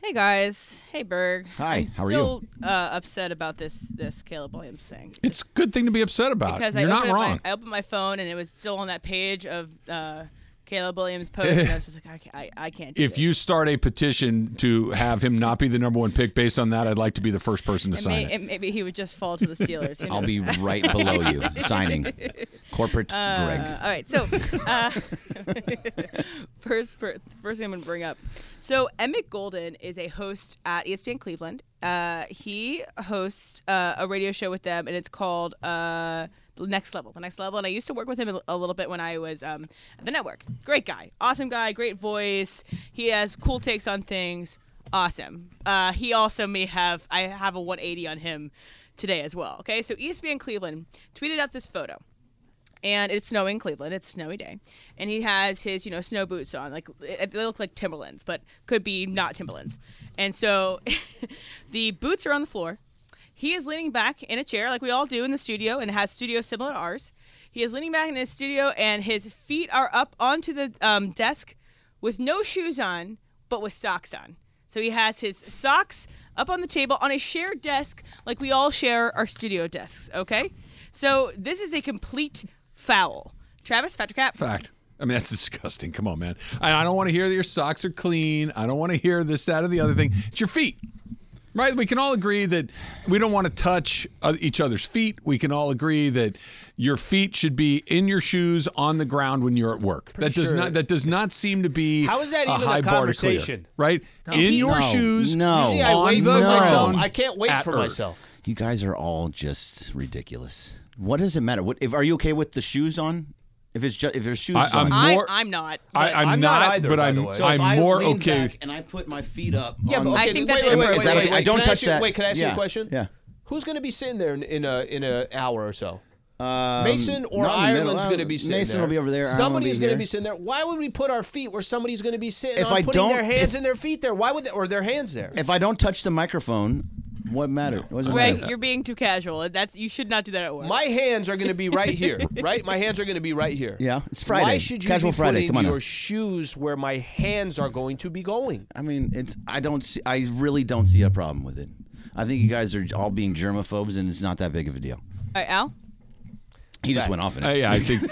Speaker 1: Hey guys, hey Berg.
Speaker 4: Hi,
Speaker 1: I'm
Speaker 4: how are
Speaker 1: still, Uh, upset about this this Caleb Williams thing.
Speaker 2: It's a good thing to be upset about.
Speaker 1: because
Speaker 2: You're
Speaker 1: I
Speaker 2: not
Speaker 1: opened up my-
Speaker 2: wrong.
Speaker 1: I opened my phone and it was still on that page of uh, Caleb Williams' post, and I was just like, I can't, I, I can't. Do
Speaker 2: if you
Speaker 1: this.
Speaker 2: start a petition to have him not be the number one pick based on that, I'd like to be the first person to
Speaker 1: and,
Speaker 2: sign
Speaker 1: may,
Speaker 2: it.
Speaker 1: and maybe he would just fall to the Steelers. who
Speaker 4: I'll
Speaker 1: knows?
Speaker 4: be right below you signing. Corporate
Speaker 1: Uh,
Speaker 4: Greg.
Speaker 1: all right, so uh, first, per, first thing I'm going to bring up. So Emmett Golden is a host at E ESPN Cleveland. Uh, he hosts uh, a radio show with them, and it's called uh, The Next Level. The Next Level, and I used to work with him a- a little bit when I was um, at the network. Great guy, awesome guy, great voice. He has cool takes on things. Awesome. Uh, he also may have I have a 180 on him today as well. Okay, so E ESPN Cleveland tweeted out this photo and it's snowing Cleveland. It's a snowy day, and he has his you know snow boots on. Like it- they look like Timberlands, but could be not Timberlands. And so, the boots are on the floor. He is leaning back in a chair, like we all do in the studio, and has studio similar to ours. He is leaning back in his studio, and his feet are up onto the um, desk with no shoes on, but with socks on. So he has his socks up on the table on a shared desk, like we all share our studio desks. Okay, so this is a complete foul. Travis Fettercap.
Speaker 2: Fact. I mean, that's disgusting. Come on, man. I, I don't want to hear that your socks are clean. I don't want to hear this, that, or the other thing. It's your feet. Right? We can all agree that we don't want to touch uh, each other's feet. We can all agree that your feet should be in your shoes on the ground when you're at work. that does
Speaker 3: sure.
Speaker 2: not that does not seem to be
Speaker 3: How is that
Speaker 2: a
Speaker 3: even a
Speaker 2: high bar to clear,
Speaker 3: conversation?
Speaker 2: right? in your
Speaker 4: No.
Speaker 2: shoes.
Speaker 4: No.
Speaker 3: See, I
Speaker 2: on
Speaker 3: wait
Speaker 2: the
Speaker 3: for myself.
Speaker 2: ground
Speaker 3: I can't wait
Speaker 2: at
Speaker 3: for
Speaker 2: Earth.
Speaker 3: myself.
Speaker 4: You guys are all just ridiculous. What does it matter? What if are you okay with the shoes on? If it's just if there's shoes
Speaker 2: I,
Speaker 4: on.
Speaker 2: I'm
Speaker 1: I,
Speaker 2: more.
Speaker 1: I'm not.
Speaker 2: I, I'm,
Speaker 3: I'm
Speaker 2: not,
Speaker 3: not either,
Speaker 2: but
Speaker 3: by
Speaker 2: I'm
Speaker 3: the way. So
Speaker 2: I'm
Speaker 4: if I
Speaker 2: more
Speaker 4: lean
Speaker 2: okay.
Speaker 4: back and I put my feet up.
Speaker 3: Yeah,
Speaker 4: on
Speaker 3: but
Speaker 4: the-
Speaker 3: okay,
Speaker 1: I think
Speaker 3: wait,
Speaker 1: that's
Speaker 3: wait, wait,
Speaker 1: inappropriate.
Speaker 3: wait,
Speaker 1: Is that
Speaker 3: wait,
Speaker 4: okay?
Speaker 3: wait.
Speaker 4: I don't
Speaker 3: Can
Speaker 4: touch
Speaker 3: ask you,
Speaker 4: that.
Speaker 3: Wait, can I ask you
Speaker 4: Yeah,
Speaker 3: a question?
Speaker 4: yeah.
Speaker 3: Who's going to be sitting there in, in a in a hour or so?
Speaker 4: Um,
Speaker 3: Mason or
Speaker 4: not in the middle.
Speaker 3: Ireland's
Speaker 4: Well,
Speaker 3: going to be sitting
Speaker 4: Mason
Speaker 3: there.
Speaker 4: will be over there. Ireland will
Speaker 3: Somebody's
Speaker 4: be
Speaker 3: going to
Speaker 4: here.
Speaker 3: be sitting there. Why would we put our feet where somebody's going to be sitting?
Speaker 4: If
Speaker 3: on
Speaker 4: I
Speaker 3: putting their
Speaker 4: don't-
Speaker 3: hands
Speaker 4: if-
Speaker 3: and their feet there, why would they, or their hands there?
Speaker 4: If I don't touch the microphone, what matter? What does it
Speaker 1: Greg,
Speaker 4: matter?
Speaker 1: you're being too casual. That's you should not do that at work.
Speaker 3: My hands are going to be right here, right? My hands are going to be right here.
Speaker 4: Yeah, it's Friday.
Speaker 3: Why should you
Speaker 4: Casual
Speaker 3: be
Speaker 4: Friday.
Speaker 3: putting
Speaker 4: Come on now.
Speaker 3: your shoes where my hands are going to be going?
Speaker 4: I mean, it's I don't see I really don't see a problem with it. I think you guys are all being germaphobes and it's not that big of a deal.
Speaker 1: All right, Al.
Speaker 4: He just went off in it.
Speaker 2: Uh, yeah, I think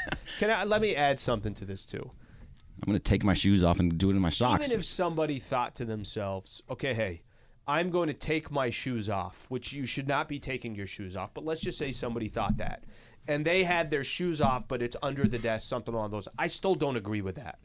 Speaker 3: Can I let me add something to this too?
Speaker 4: I'm gonna take my shoes off and do it in my socks.
Speaker 3: Even if somebody thought to themselves, okay, hey, I'm going to take my shoes off, which you should not be taking your shoes off, but let's just say somebody thought that. And they had their shoes off, but it's under the desk, something along those. I still don't agree with that.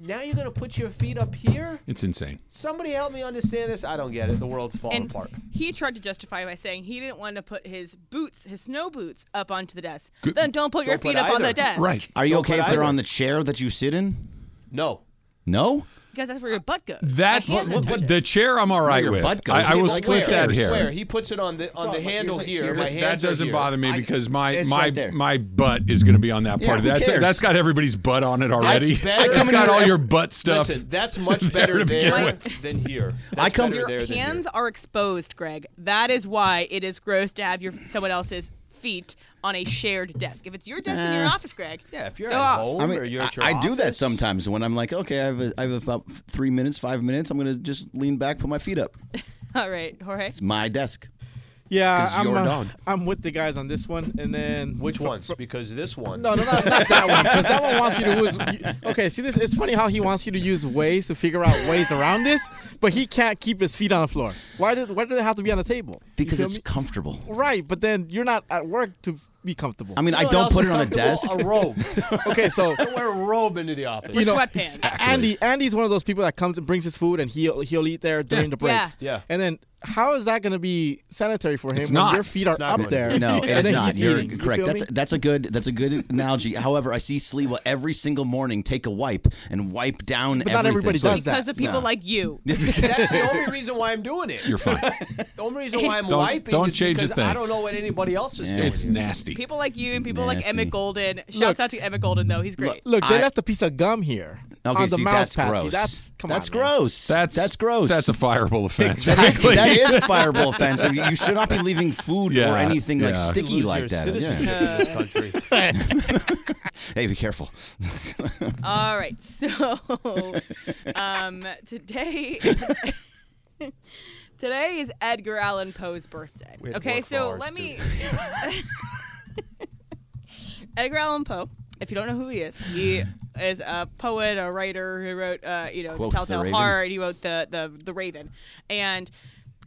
Speaker 3: Now you're going to put your feet up here?
Speaker 2: it's insane.
Speaker 3: Somebody help me understand this. I don't get it. The world's falling
Speaker 1: And
Speaker 3: apart.
Speaker 1: he tried to justify by saying he didn't want to put his boots, his snow boots, up onto the desk. Then don't put your
Speaker 3: Don't put
Speaker 1: feet up on
Speaker 3: either.
Speaker 1: the desk.
Speaker 2: Right.
Speaker 4: Are you
Speaker 3: Don't
Speaker 4: okay
Speaker 3: put
Speaker 4: if they're
Speaker 3: either.
Speaker 4: on the chair that you sit in?
Speaker 3: No.
Speaker 4: No?
Speaker 1: Because that's where your butt goes. My
Speaker 2: That's
Speaker 1: hands
Speaker 4: What-
Speaker 1: are
Speaker 4: what-
Speaker 1: touching.
Speaker 2: the chair. I'm all right
Speaker 4: your
Speaker 2: with.
Speaker 4: butt goes
Speaker 2: I, I
Speaker 4: in.
Speaker 2: will
Speaker 4: Like
Speaker 2: split
Speaker 3: where?
Speaker 2: that hair.
Speaker 3: Where? He puts it on the on the handle here. My hands
Speaker 2: that
Speaker 3: are
Speaker 2: doesn't
Speaker 3: here.
Speaker 2: bother me
Speaker 4: I-
Speaker 2: because my
Speaker 4: it's
Speaker 2: my
Speaker 4: right there.
Speaker 2: my butt is going to be on that part.
Speaker 4: Yeah,
Speaker 2: of
Speaker 4: who
Speaker 2: it. that's
Speaker 4: cares?
Speaker 2: that's got everybody's butt on it already.
Speaker 3: better. I
Speaker 2: it's
Speaker 3: come in
Speaker 2: got
Speaker 3: here
Speaker 2: all
Speaker 3: and-
Speaker 2: your butt stuff.
Speaker 3: Listen, that's much better
Speaker 2: to begin
Speaker 3: there
Speaker 2: with.
Speaker 3: than here. That's
Speaker 4: I come-
Speaker 3: better
Speaker 4: Your
Speaker 3: there
Speaker 1: Your
Speaker 3: than here.
Speaker 1: hands are exposed, Greg. That is why it is gross to have your someone else's feet on a shared desk. If it's your desk in your office, Greg.
Speaker 3: Yeah, if you're
Speaker 1: go
Speaker 3: at
Speaker 1: off.
Speaker 3: home
Speaker 4: I mean,
Speaker 3: or you're
Speaker 4: I,
Speaker 3: at your
Speaker 4: I do that
Speaker 3: office.
Speaker 4: sometimes when I'm like, okay, I have, a, I have about three minutes, five minutes. I'm gonna just lean back, put my feet up.
Speaker 1: All right, Jorge.
Speaker 4: It's my desk.
Speaker 5: Yeah,
Speaker 4: 'Cause
Speaker 5: I'm,
Speaker 4: you're a
Speaker 5: uh,
Speaker 4: dog.
Speaker 5: I'm with the guys on this one, and then
Speaker 3: Which ones? Because this one.
Speaker 5: No, no, not, not that one. Because that one wants you to use. Okay, see this. It's funny how he wants you to use ways to figure out ways around this, but he can't keep his feet on the floor. Why did? Why do they have to be on the table? You
Speaker 4: Because
Speaker 5: feel
Speaker 4: it's
Speaker 5: me?
Speaker 4: comfortable.
Speaker 5: right. But then you're not at work to be comfortable.
Speaker 4: I mean, I
Speaker 3: You know what
Speaker 4: don't
Speaker 3: else
Speaker 4: put
Speaker 3: is
Speaker 4: it on a desk.
Speaker 3: comfortable? A robe.
Speaker 5: okay, so
Speaker 3: I wear a robe into the office.
Speaker 5: you know,
Speaker 1: Sweatpants.
Speaker 5: Andy, Andy's one of those people that comes and brings his food, and he'll he'll eat there during the breaks.
Speaker 3: Yeah. Yeah.
Speaker 5: And then how is that going to be sanitary for him
Speaker 2: It's
Speaker 5: when
Speaker 2: not.
Speaker 5: your feet are
Speaker 3: not
Speaker 5: up
Speaker 3: gonna
Speaker 5: there?
Speaker 3: be.
Speaker 4: No,
Speaker 5: and
Speaker 4: it is
Speaker 5: then
Speaker 4: not.
Speaker 5: he's
Speaker 4: You're
Speaker 5: eating, you
Speaker 4: correct.
Speaker 5: feel
Speaker 4: That's
Speaker 5: me?
Speaker 4: that's a good that's a good analogy. However, I see Sliwa every single morning take a wipe and wipe down.
Speaker 5: But not
Speaker 4: everything.
Speaker 5: everybody
Speaker 4: So-
Speaker 5: does that.
Speaker 1: Because of people
Speaker 4: No.
Speaker 1: like you.
Speaker 3: That's the only reason why I'm doing it.
Speaker 2: You're fine.
Speaker 3: the only reason why I'm
Speaker 2: Don't-
Speaker 3: wiping
Speaker 2: don't
Speaker 3: is
Speaker 2: change a
Speaker 3: because
Speaker 2: thing.
Speaker 3: I don't know what anybody else is doing.
Speaker 2: it's nasty.
Speaker 1: People like you and people like
Speaker 4: Nasty.
Speaker 1: Emmett Golden. Shouts
Speaker 5: Look.
Speaker 1: out to Emmett Golden though. He's great.
Speaker 5: Look, they
Speaker 4: I-
Speaker 5: left a piece of gum here
Speaker 4: Okay,
Speaker 5: on the
Speaker 4: see,
Speaker 5: mouse
Speaker 4: that's
Speaker 5: pad. See,
Speaker 4: gross.
Speaker 5: That's come
Speaker 4: that's
Speaker 5: on, man.
Speaker 4: gross.
Speaker 2: That's
Speaker 4: that's gross.
Speaker 2: That's a fireable offense.
Speaker 4: That is,
Speaker 2: frankly.
Speaker 4: that is a fireable offense. I mean, You should not be leaving food
Speaker 2: Yeah,
Speaker 4: or anything like
Speaker 2: yeah.
Speaker 3: You
Speaker 4: sticky
Speaker 3: lose
Speaker 4: like
Speaker 3: your
Speaker 4: that.
Speaker 3: citizenship
Speaker 4: Yeah.
Speaker 3: in this country.
Speaker 4: Hey, be careful.
Speaker 1: All right. So um, today today is Edgar Allan Poe's birthday.
Speaker 3: had to
Speaker 1: Okay,
Speaker 3: work for
Speaker 1: so
Speaker 3: ours,
Speaker 1: let
Speaker 3: too.
Speaker 1: me Edgar Allan Poe. If you don't know who he is, he is a poet, a writer who wrote, uh, you know,
Speaker 4: Quoth
Speaker 1: The
Speaker 4: the
Speaker 1: Telltale
Speaker 4: Raven.
Speaker 1: Heart. He wrote the the the Raven, and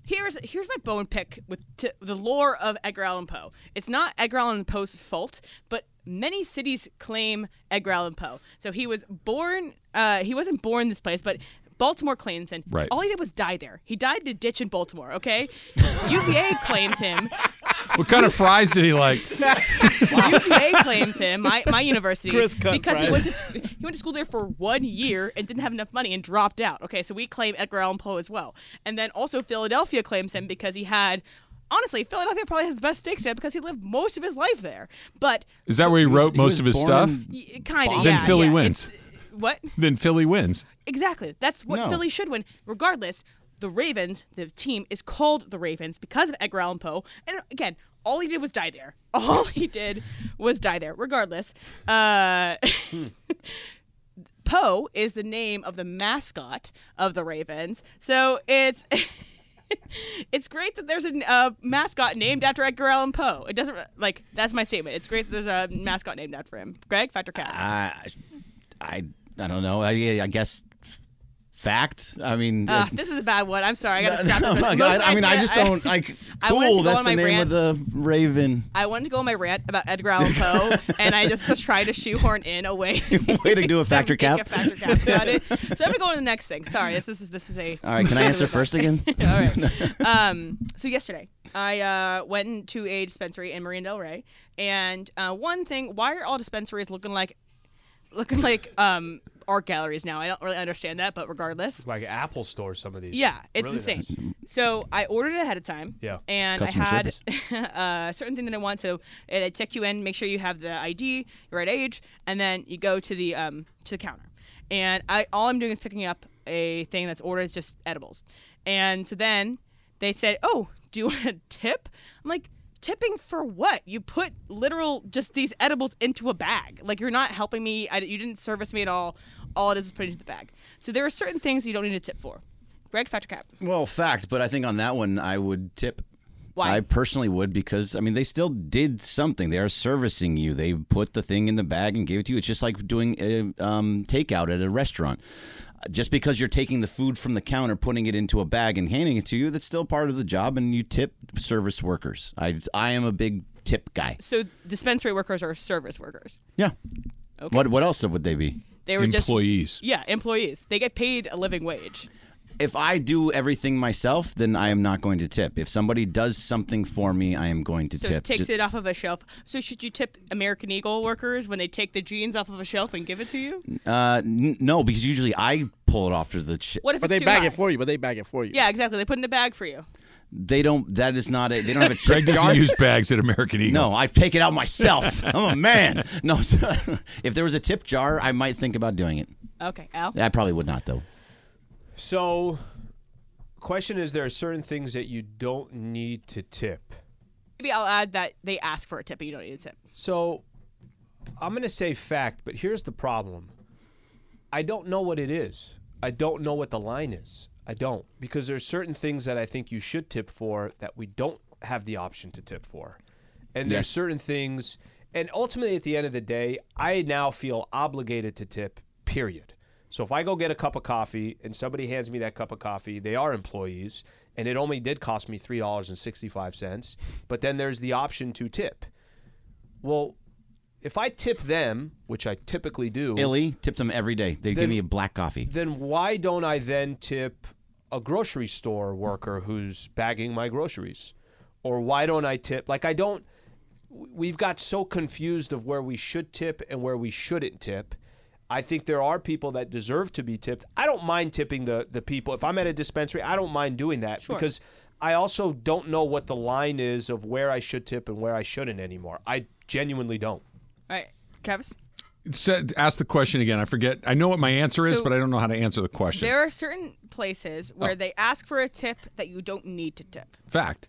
Speaker 1: here's here's my bone pick with t- the lore of Edgar Allan Poe. It's not Edgar Allan Poe's fault, but many cities claim Edgar Allan Poe. So he was born. Uh, he wasn't born in this place, but. Baltimore claims him.
Speaker 2: Right.
Speaker 1: All he did was die there. He died in a ditch in Baltimore, okay? UVA claims him.
Speaker 2: what kind of fries did he like?
Speaker 1: UVA claims him, my, my university,
Speaker 5: Chris cut
Speaker 1: because he
Speaker 5: Brian.
Speaker 1: went to sc- he went to school there for one year and didn't have enough money and dropped out. Okay, so we claim Edgar Allan Poe as well, and then also Philadelphia claims him because he had. Honestly, Philadelphia probably has the best steak stand because he lived most of his life there. But
Speaker 2: Is that where he wrote most
Speaker 4: was
Speaker 2: of his
Speaker 4: born
Speaker 2: stuff?
Speaker 4: in-
Speaker 1: kind of,
Speaker 2: Then
Speaker 1: yeah,
Speaker 2: Philly
Speaker 1: yeah,
Speaker 2: wins.
Speaker 1: it's- What?
Speaker 2: Then Philly wins.
Speaker 1: Exactly. That's what
Speaker 4: No.
Speaker 1: Philly should win. Regardless, the Ravens, the team, is called the Ravens because of Edgar Allan Poe. And again, all he did was die there. All he did was die there. Regardless, uh, Poe is the name of the mascot of the Ravens. So it's. It's great that there's a uh, mascot named after Edgar Allan Poe. It doesn't like that's my statement. It's great that there's a mascot named after him. Greg, factor cat.
Speaker 4: I, I, I don't know. I, I guess fact. I mean,
Speaker 5: Uh,
Speaker 1: Ugh,
Speaker 4: it-
Speaker 1: Ah, this is a bad one. I'm sorry. I got to
Speaker 4: no,
Speaker 1: scrap this.
Speaker 4: no,
Speaker 1: Most-
Speaker 4: I, I mean, I just don't like.
Speaker 1: I wanted to
Speaker 4: Cool,
Speaker 1: go
Speaker 4: that's
Speaker 1: on
Speaker 4: the
Speaker 1: my
Speaker 4: name
Speaker 1: rant.
Speaker 4: of the Raven.
Speaker 1: I wanted to go on my rant about Edgar Allan Poe, and I just was trying to shoehorn in a way.
Speaker 4: Way to do a factor
Speaker 1: make a
Speaker 4: cap.
Speaker 1: factor cap about it. So I'm gonna go on to the next thing. Sorry, this, this is this is a.
Speaker 4: All right, can I answer first again?
Speaker 1: All right. Um, so yesterday, I uh, went into a dispensary in Marina Del Rey, and uh, one thing: why are all dispensaries looking like, looking like um, art galleries now? I don't really understand that, but regardless,
Speaker 3: like Apple Store. Some of these.
Speaker 1: yeah, it's
Speaker 3: Really
Speaker 1: insane.
Speaker 3: nice.
Speaker 1: So I ordered it ahead of time.
Speaker 3: Yeah.
Speaker 1: And
Speaker 4: Customer
Speaker 1: I had uh, a certain thing that I want. So I check you in, make sure you have the ID, your right age, and then you go to the um, to the counter. And I all I'm doing is picking up a thing that's ordered. It's just edibles. And so then they said, "Oh, do you want a tip?" I'm like. Tipping for what? You put literal just these edibles into a bag. Like you're not helping me. I, you didn't service me at all. All it is is putting it into the bag. So there are certain things you don't need a tip for. Greg, factor cap.
Speaker 4: Well, fact, but I think on that one I would tip.
Speaker 1: Why?
Speaker 4: I personally would because I mean they still did something. They are servicing you. They put the thing in the bag and gave it to you. It's just like doing a, um, takeout at a restaurant. Just because you're taking the food from the counter, putting it into a bag, and handing it to you, that's still part of the job. And you tip service workers. I I am a big tip guy.
Speaker 1: So dispensary workers are service workers.
Speaker 4: Yeah. What what else would they be?
Speaker 1: They were
Speaker 2: Employees.
Speaker 1: just yeah employees. They get paid a living wage.
Speaker 4: if I do everything myself, then I am not going to tip. If somebody does something for me, I am going to
Speaker 1: So
Speaker 4: tip.
Speaker 1: it takes
Speaker 4: Just-
Speaker 1: it off of a shelf. So should you tip American Eagle workers when they take the jeans off of a shelf and give it to you?
Speaker 4: uh, n- no, because usually I pull it off to the shit.
Speaker 1: What if
Speaker 5: But
Speaker 1: it's
Speaker 5: they
Speaker 1: too
Speaker 5: bag
Speaker 1: high?
Speaker 5: it for you. But they bag it for you.
Speaker 1: Yeah, exactly. They put it in a bag for you.
Speaker 4: They don't. That is not a. They don't have a
Speaker 2: Greg
Speaker 4: tip jar.
Speaker 2: doesn't use bags at American Eagle.
Speaker 4: no, I take it out myself. I'm a man. No, so, if there was a tip jar, I might think about doing it.
Speaker 1: Okay, Al.
Speaker 4: I probably would not though.
Speaker 3: So, question is: There are certain things that you don't need to tip.
Speaker 1: Maybe I'll add that they ask for a tip, but you don't need a tip.
Speaker 3: So, I'm going to say fact, but here's the problem. I don't know what it is. I don't know what the line is. I don't because there's certain things that I think you should tip for that we don't have the option to tip for. And there's
Speaker 4: Yes.
Speaker 3: certain things and ultimately at the end of the day, I now feel obligated to tip, period. So if I go get a cup of coffee and somebody hands me that cup of coffee, they are employees and it only did cost me $3.65, but then there's the option to tip. Well, if I tip them, which I typically do,
Speaker 4: Illy tipped them every day. They give me a black coffee.
Speaker 3: then why don't I then tip a grocery store worker who's bagging my groceries? Or why don't I tip? Like, I don't. We've got so confused of where we should tip and where we shouldn't tip. I think there are people that deserve to be tipped. I don't mind tipping the, the people. If I'm at a dispensary, I don't mind doing that because I also don't know what the line is of where I should tip and where I shouldn't anymore. I genuinely don't.
Speaker 1: All right, Travis.
Speaker 2: Said- ask the question again. I forget. I know what my answer is,
Speaker 1: So-
Speaker 2: but I don't know how to answer the question.
Speaker 1: There are certain places
Speaker 2: Oh.
Speaker 1: where they ask for a tip that you don't need to tip.
Speaker 2: Fact.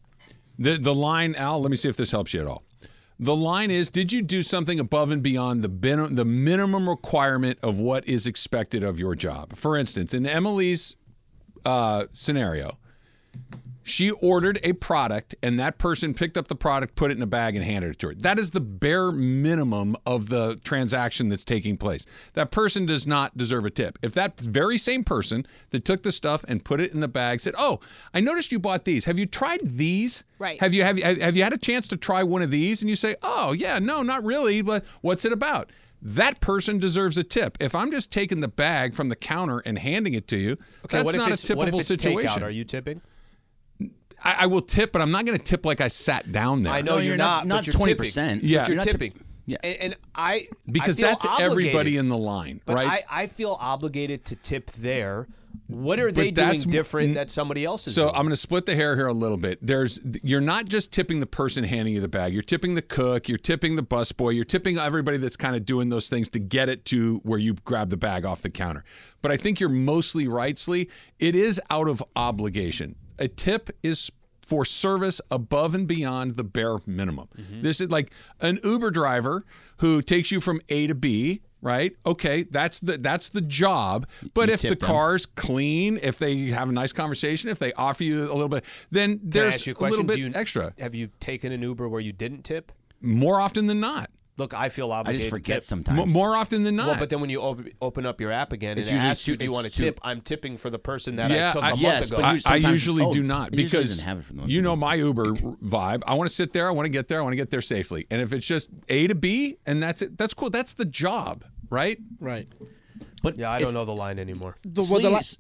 Speaker 2: The the line, Al. Let me see if this helps you at all. The line is: Did you do something above and beyond the ben- the minimum requirement of what is expected of your job? For instance, in Emily's uh, scenario, she ordered a product, and that person picked up the product, put it in a bag, and handed it to her. That is the bare minimum of the transaction that's taking place. That person does not deserve a tip. If that very same person that took the stuff and put it in the bag said, "Oh, I noticed you bought these. Have you tried these?
Speaker 1: Right.
Speaker 2: Have you have you, have you had a chance to try one of these?" And you say, "Oh, yeah, no, not really. But what's it about?" That person deserves a tip. If I'm just taking the bag from the counter and handing it to you, that's
Speaker 3: what if
Speaker 2: not a
Speaker 3: it's- what if
Speaker 2: tippable
Speaker 3: it's
Speaker 2: situation.
Speaker 3: Takeout? Are you tipping?
Speaker 2: I, I will tip, but I'm not going to tip like I sat down there.
Speaker 3: I know
Speaker 4: No,
Speaker 3: you're,
Speaker 4: you're
Speaker 3: not.
Speaker 4: not-
Speaker 3: but
Speaker 4: not
Speaker 3: you're tipping.
Speaker 4: 20%.
Speaker 3: But
Speaker 2: Yeah.
Speaker 3: you're
Speaker 2: You're not
Speaker 4: tip-
Speaker 3: tipping.
Speaker 4: Yeah.
Speaker 3: and, and I
Speaker 2: because
Speaker 3: I feel
Speaker 2: that's
Speaker 3: obligated,
Speaker 2: everybody in the line,
Speaker 3: But
Speaker 2: right?
Speaker 3: I, I feel obligated to tip there. What are they doing
Speaker 2: that's-
Speaker 3: different that somebody else is?
Speaker 2: so
Speaker 3: doing?
Speaker 2: I'm going to split the hair here a little bit. There's you're not just tipping the person handing you the bag. You're tipping the cook. You're tipping the busboy. You're tipping everybody that's kind of doing those things to get it to where you grab the bag off the counter. But I think you're mostly right, Slee. It is out of obligation. A tip is for service above and beyond the bare minimum.
Speaker 3: Mm-hmm.
Speaker 2: This is like an Uber driver who takes you from A to B. Right. Okay. That's the that's the job. But if the
Speaker 4: tip them.
Speaker 2: car's clean, if they have a nice conversation, if they offer you a little bit, then
Speaker 3: Can I
Speaker 2: there's
Speaker 3: ask you a
Speaker 2: little
Speaker 3: question?
Speaker 2: bit
Speaker 3: Do you,
Speaker 2: extra
Speaker 3: Have you taken an Uber where you didn't tip?
Speaker 2: more often than not.
Speaker 3: Look, I feel
Speaker 4: I
Speaker 3: obligated.
Speaker 4: just
Speaker 3: to
Speaker 4: forget
Speaker 3: tip.
Speaker 4: sometimes.
Speaker 2: Mo- more often than not.
Speaker 3: Well, but then when you op- open up your app again
Speaker 4: It's
Speaker 3: and it
Speaker 4: usually
Speaker 3: asks you
Speaker 4: two-
Speaker 3: if you
Speaker 4: it's
Speaker 3: want to
Speaker 4: two-
Speaker 3: tip, I'm tipping for the person that I
Speaker 2: yeah,
Speaker 3: took a
Speaker 2: I-
Speaker 3: month
Speaker 4: yes,
Speaker 3: ago.
Speaker 4: but
Speaker 2: I,
Speaker 4: you
Speaker 2: I
Speaker 4: sometimes-
Speaker 2: usually
Speaker 4: oh,
Speaker 2: do not
Speaker 4: it usually
Speaker 2: because
Speaker 4: doesn't have it from the-
Speaker 2: you know my Uber vibe. I want to sit there. I want to get there. I want to get there safely. And if it's just A to B, and that's it, that's cool. That's the job, right?
Speaker 5: Right.
Speaker 4: But
Speaker 3: yeah, I
Speaker 4: it's-
Speaker 3: don't know the line anymore.
Speaker 5: The, well,
Speaker 4: Slee,
Speaker 5: the la-
Speaker 4: is-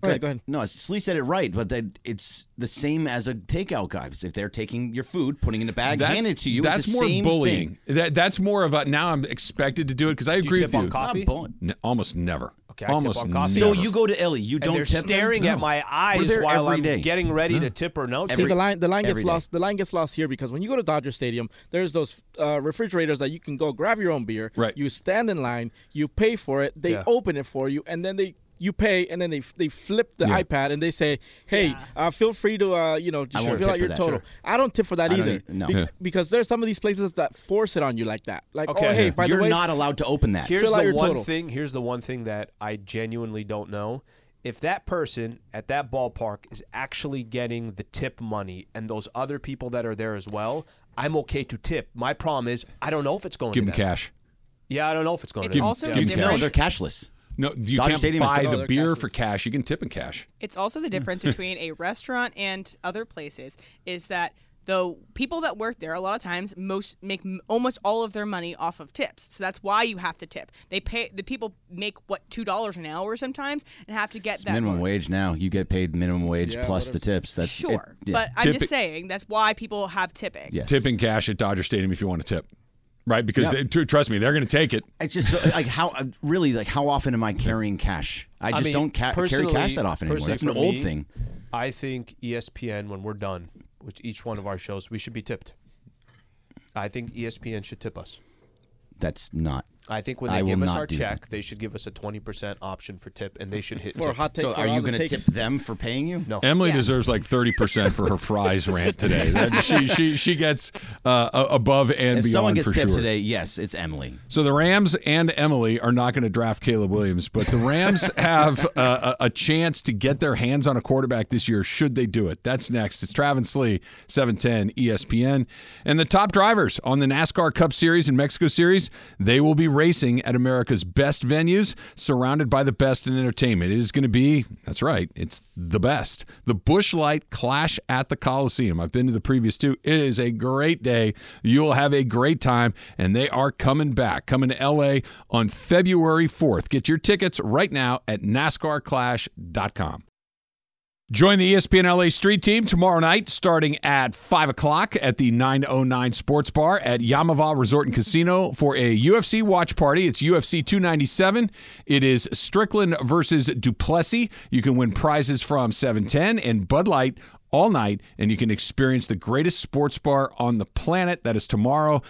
Speaker 5: Go ahead, go ahead.
Speaker 4: No, Slee said it right, but that it's the same as a takeout guy. If they're taking your food, putting it in a bag, handing it to you,
Speaker 2: That's
Speaker 4: it's the
Speaker 2: more
Speaker 4: same
Speaker 2: bullying.
Speaker 4: thing.
Speaker 2: That that's more of a now I'm expected to do it because I
Speaker 3: you
Speaker 2: agree
Speaker 3: tip
Speaker 2: with
Speaker 3: on
Speaker 2: you.
Speaker 3: coffee?
Speaker 4: Not bullying.
Speaker 2: N- almost never.
Speaker 3: Okay, I tip
Speaker 2: almost
Speaker 3: on coffee.
Speaker 4: So
Speaker 2: never.
Speaker 4: you go to Ellie, you
Speaker 3: And
Speaker 4: don't
Speaker 3: they're
Speaker 4: tip them?
Speaker 3: staring at my eyes
Speaker 4: there
Speaker 3: while
Speaker 4: every
Speaker 3: I'm
Speaker 4: day.
Speaker 3: getting ready to tip or no.
Speaker 5: See
Speaker 3: tip.
Speaker 5: the line. The line
Speaker 4: every
Speaker 5: gets
Speaker 4: day.
Speaker 5: lost. The line gets lost here because when you go to Dodger Stadium, there's those uh, refrigerators that you can go grab your own beer.
Speaker 2: Right.
Speaker 5: You stand in line. You pay for it. They
Speaker 3: Yeah.
Speaker 5: open it for you, and then they you pay, and then they they flip the
Speaker 2: Yeah.
Speaker 5: iPad and they say, "Hey, uh, feel free to uh, you know just
Speaker 4: won't
Speaker 5: fill
Speaker 4: tip
Speaker 5: out your
Speaker 4: for that,
Speaker 5: total."
Speaker 4: sure.
Speaker 5: I don't tip for that
Speaker 4: I don't
Speaker 5: either.
Speaker 4: e- no.
Speaker 5: Be-
Speaker 4: Yeah.
Speaker 5: Because there's some of these places that force it on you like that. Like,
Speaker 3: Okay.
Speaker 5: oh hey, by
Speaker 4: You're
Speaker 5: the way,
Speaker 4: not allowed to open that.
Speaker 3: Here's
Speaker 5: Fill out
Speaker 3: the
Speaker 5: your
Speaker 3: one
Speaker 5: total.
Speaker 3: thing. Here's the one thing that I genuinely don't know. If that person at that ballpark is actually getting the tip money and those other people that are there as well, I'm okay to tip. My problem is I don't know if it's going
Speaker 2: give
Speaker 3: to
Speaker 2: them
Speaker 3: them.
Speaker 2: cash.
Speaker 3: Yeah, I don't know if it's going
Speaker 1: It's
Speaker 3: to them.
Speaker 1: also
Speaker 2: give 'em
Speaker 1: different.
Speaker 4: no, they're cashless.
Speaker 2: No, you
Speaker 4: Dodger
Speaker 2: can't
Speaker 4: Stadium is-
Speaker 2: buy
Speaker 4: Oh,
Speaker 2: the
Speaker 5: they're
Speaker 2: beer
Speaker 5: cashless.
Speaker 2: for cash. You can tip in cash.
Speaker 1: It's also
Speaker 4: Hmm.
Speaker 1: the difference between a restaurant and other places is that the people that work there a lot of times most make m- almost all of their money off of tips. So that's why you have to tip. They pay the people make what two dollars an hour sometimes and have to get that
Speaker 4: minimum
Speaker 1: more.
Speaker 4: wage now. You get paid minimum wage plus the tips. That's it-
Speaker 1: Sure,
Speaker 4: yeah.
Speaker 1: but I'm
Speaker 2: Tipi-
Speaker 1: just saying that's why people have tipping.
Speaker 4: yes.
Speaker 2: Tip in cash at Dodger Stadium if you want to tip, right? Because they, tr- trust me, they're going to take it.
Speaker 4: It's just so- like how uh, really like how often am I carrying cash? I just
Speaker 3: mean,
Speaker 4: don't ca- carry
Speaker 3: personally-
Speaker 4: cash that often anymore.
Speaker 3: personally
Speaker 4: That's an
Speaker 3: for
Speaker 4: old
Speaker 3: me,
Speaker 4: thing.
Speaker 3: I think E ESPN, when we're done with each one of our shows, we should be tipped. I think E ESPN should tip us.
Speaker 4: That's not.
Speaker 3: I think when
Speaker 4: I
Speaker 3: they
Speaker 4: will
Speaker 3: give us
Speaker 4: not
Speaker 3: our
Speaker 4: do that.
Speaker 3: check, they should give us a 20% option for tip, and they should hit
Speaker 5: for a
Speaker 3: tip.
Speaker 5: hot take.
Speaker 4: So
Speaker 5: for
Speaker 4: are
Speaker 5: all
Speaker 4: you
Speaker 5: the
Speaker 4: going to tip
Speaker 5: takes.
Speaker 4: them for paying you?
Speaker 3: No.
Speaker 2: Emily deserves like thirty percent for her fries rant today. That- she she she gets uh, a- above and
Speaker 4: If
Speaker 2: beyond
Speaker 4: someone gets
Speaker 2: for
Speaker 4: tipped
Speaker 2: sure.
Speaker 4: today, yes, it's Emily.
Speaker 2: So the Rams and Emily are not going to draft Caleb Williams, but the Rams have uh, a, a chance to get their hands on a quarterback this year should they do it. That's next. It's Travis Slee, 710 ESPN. And the top drivers on the NASCAR Cup Series and Mexico Series, they will be racing at America's best venues, surrounded by the best in entertainment. It is going to be, that's right, it's the best. The Bush Light Clash at the Coliseum. I've been to the previous two. It is a great day. You'll have a great time, and they are coming back, coming to LA on February 4th. Get your tickets right now at NASCARclash.com. Join the E ESPN LA Street Team tomorrow night starting at 5 o'clock at the 909 Sports Bar at Yamava Resort and Casino for a UFC watch party. It's UFC 297. It is Strickland versus Duplessis. You can win prizes from 710 and Bud Light all night, and you can experience the greatest sports bar on the planet. That is tomorrow.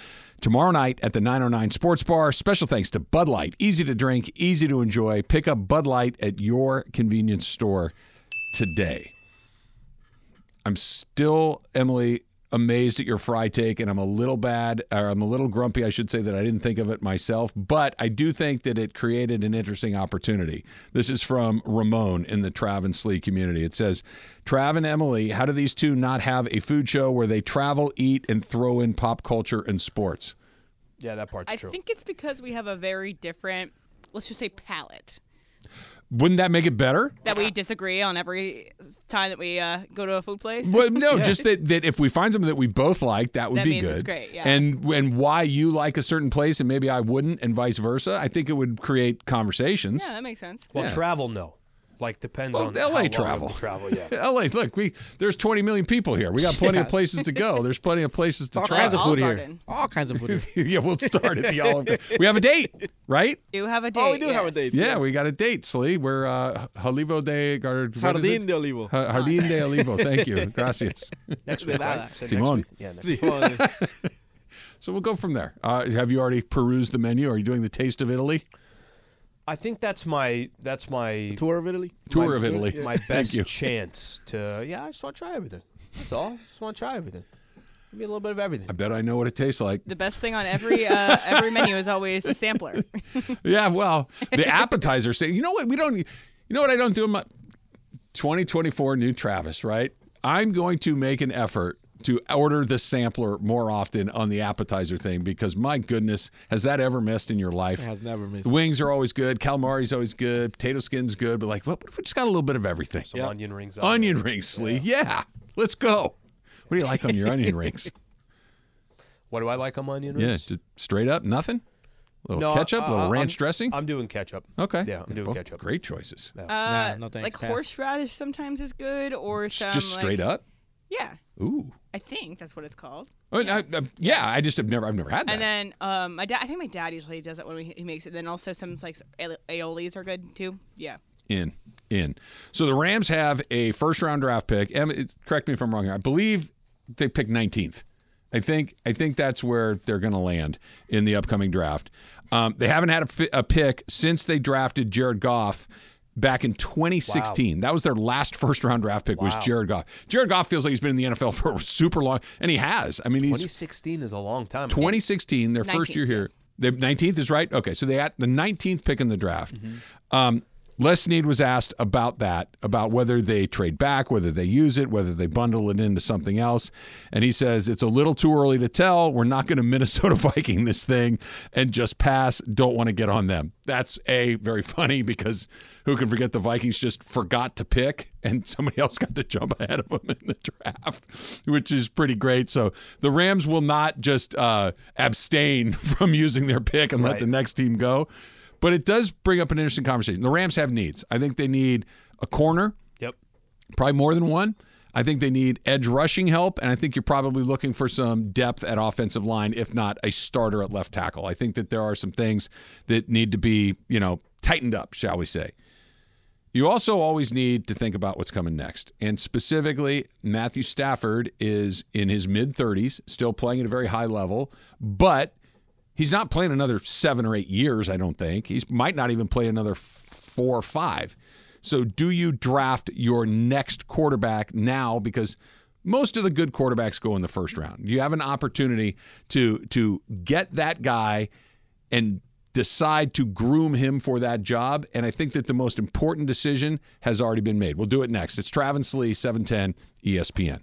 Speaker 2: Tomorrow night at the 909 Sports Bar. Special thanks to Bud Light. Easy to drink, easy to enjoy. Pick up Bud Light at your convenience store today. I'm still, Emily, amazed at your fry take, and I'm a little bad, or I'm a little grumpy, I should say, that I didn't think of it myself, but I do think that it created an interesting opportunity. This is from Ramon in the Trav and Slee community. It says, Trav and Emily, how do these two not have a food show where they travel, eat, and throw in pop culture and sports?
Speaker 3: Yeah, that part's
Speaker 1: I
Speaker 3: true.
Speaker 1: think it's because we have a very different, let's just say, palate
Speaker 2: Wouldn't that make it better?
Speaker 1: that we disagree on every time that we uh, go to a food place.
Speaker 2: Well, no, just that, that if we find something that we both like, that would
Speaker 1: That
Speaker 2: be
Speaker 1: means
Speaker 2: good.
Speaker 1: it's great, yeah.
Speaker 2: And and why you like a certain place and maybe I wouldn't, and vice versa. I think it would create conversations.
Speaker 1: Yeah, that makes sense.
Speaker 3: well, travel, no. Like, depends
Speaker 2: Well,
Speaker 3: on
Speaker 2: LA
Speaker 3: how long
Speaker 2: Oh, travel.
Speaker 3: we travel, yeah.
Speaker 2: LA, look, we there's 20 million people here. We got plenty of places to go. There's plenty of places to
Speaker 5: All
Speaker 2: try.
Speaker 5: kinds of
Speaker 1: Olive
Speaker 5: food here.
Speaker 1: Garden.
Speaker 5: All kinds of food here.
Speaker 2: yeah, we'll start at the Olive. Garden. We have a date, right?
Speaker 1: Do have a date.
Speaker 5: Oh, we do have a
Speaker 1: yes.
Speaker 5: date.
Speaker 2: Yeah, we got a date, Slee. We're uh, Jalivo de Gar- what is it?
Speaker 5: Jardín de Olivo.
Speaker 2: Ja- Jardín de Olivo. Thank you. Gracias.
Speaker 3: Next week, right? Said next
Speaker 2: Simone.
Speaker 3: week? Yeah, next
Speaker 5: Yes.
Speaker 2: So we'll go from there. Uh, have you already perused the menu? Are you doing the Taste of Italy?
Speaker 3: I think that's my that's my
Speaker 5: Tour of Italy.
Speaker 2: Tour of Italy.
Speaker 3: my best
Speaker 2: you.
Speaker 3: chance to yeah. I just want to try everything. That's all. I just want to try everything. Give me a little bit of everything.
Speaker 2: I bet I know what it tastes like.
Speaker 1: The best thing on every uh, every menu is always the sampler.
Speaker 2: Yeah, well, the appetizer say, you know what? We don't, you know what I don't do in my 2024 new Travis, right? I'm going to make an effort to order the sampler more often on the appetizer thing because my goodness, has that ever missed in your life?
Speaker 5: It has never missed.
Speaker 2: Wings are always good, calamari's always good, potato skin's good, but like, what what if we just got a little bit of everything?
Speaker 3: Some onion rings. on
Speaker 2: Onion
Speaker 3: there.
Speaker 2: rings, Slee. Yeah. let's go. What do you like on your onion rings?
Speaker 3: What do I like on onion
Speaker 2: Yeah,
Speaker 3: rings?
Speaker 2: just straight up nothing. little
Speaker 3: No,
Speaker 2: ketchup,
Speaker 3: uh,
Speaker 2: little
Speaker 3: uh,
Speaker 2: ranch
Speaker 3: I'm-
Speaker 2: dressing.
Speaker 3: I'm doing ketchup.
Speaker 2: okay,
Speaker 3: Yeah, I'm doing
Speaker 2: Both
Speaker 3: ketchup.
Speaker 2: Great choices.
Speaker 1: Uh,
Speaker 5: no thanks,
Speaker 1: like
Speaker 5: pass.
Speaker 1: horseradish sometimes is good, or some
Speaker 2: just
Speaker 1: like-
Speaker 2: straight up.
Speaker 1: Yeah,
Speaker 2: Ooh.
Speaker 1: I think that's what it's called.
Speaker 2: I mean, Oh, I, I, yeah, I just have never, I've never had that.
Speaker 1: And then um, my dad, I think my dad usually does it when he he makes it. Then also some like a- aiolis are good too. Yeah.
Speaker 2: in in so the rams have a first round draft pick Em- it- correct me if i'm wrong here i believe they picked 19th i think i think that's where they're going to land in the upcoming draft um, they haven't had a, fi- a pick since they drafted jared goff back in 2016 that was their last first round draft pick was jared goff jared goff feels like he's been in the nfl for super long and he has i mean he's
Speaker 3: 2016 is a long time. ago.
Speaker 2: 2016, their first
Speaker 1: 19th,
Speaker 2: year here.
Speaker 1: yes.
Speaker 2: The 19th is right. Okay, so they had the 19th pick in the draft. Um, Les Snead was asked about that, about whether they trade back, whether they use it, whether they bundle it into something else. And he says, It's a little too early to tell. We're not going to Minnesota Viking this thing and just pass. Don't want to get on them. That's A, very funny because who can forget the Vikings just forgot to pick and somebody else got to jump ahead of them in the draft, which is pretty great. So the Rams will not just uh, abstain from using their pick and let the next team go. But it does bring up an interesting conversation. The Rams have needs. I think they need a corner,
Speaker 3: Yep.
Speaker 2: probably more than one. I think they need edge rushing help, and I think you're probably looking for some depth at offensive line, if not a starter at left tackle. I think that there are some things that need to be, you know, tightened up, shall we say. You also always need to think about what's coming next. And specifically, Matthew Stafford is in his mid 30s, still playing at a very high level, but he's not playing another seven or eight years, I don't think. He might not even play another f- four or five. So, do you draft your next quarterback now? Because most of the good quarterbacks go in the first round. You have an opportunity to to get that guy and decide to groom him for that job. And I think that the most important decision has already been made. We'll do it next. It's Travis Lee, 710 ESPN.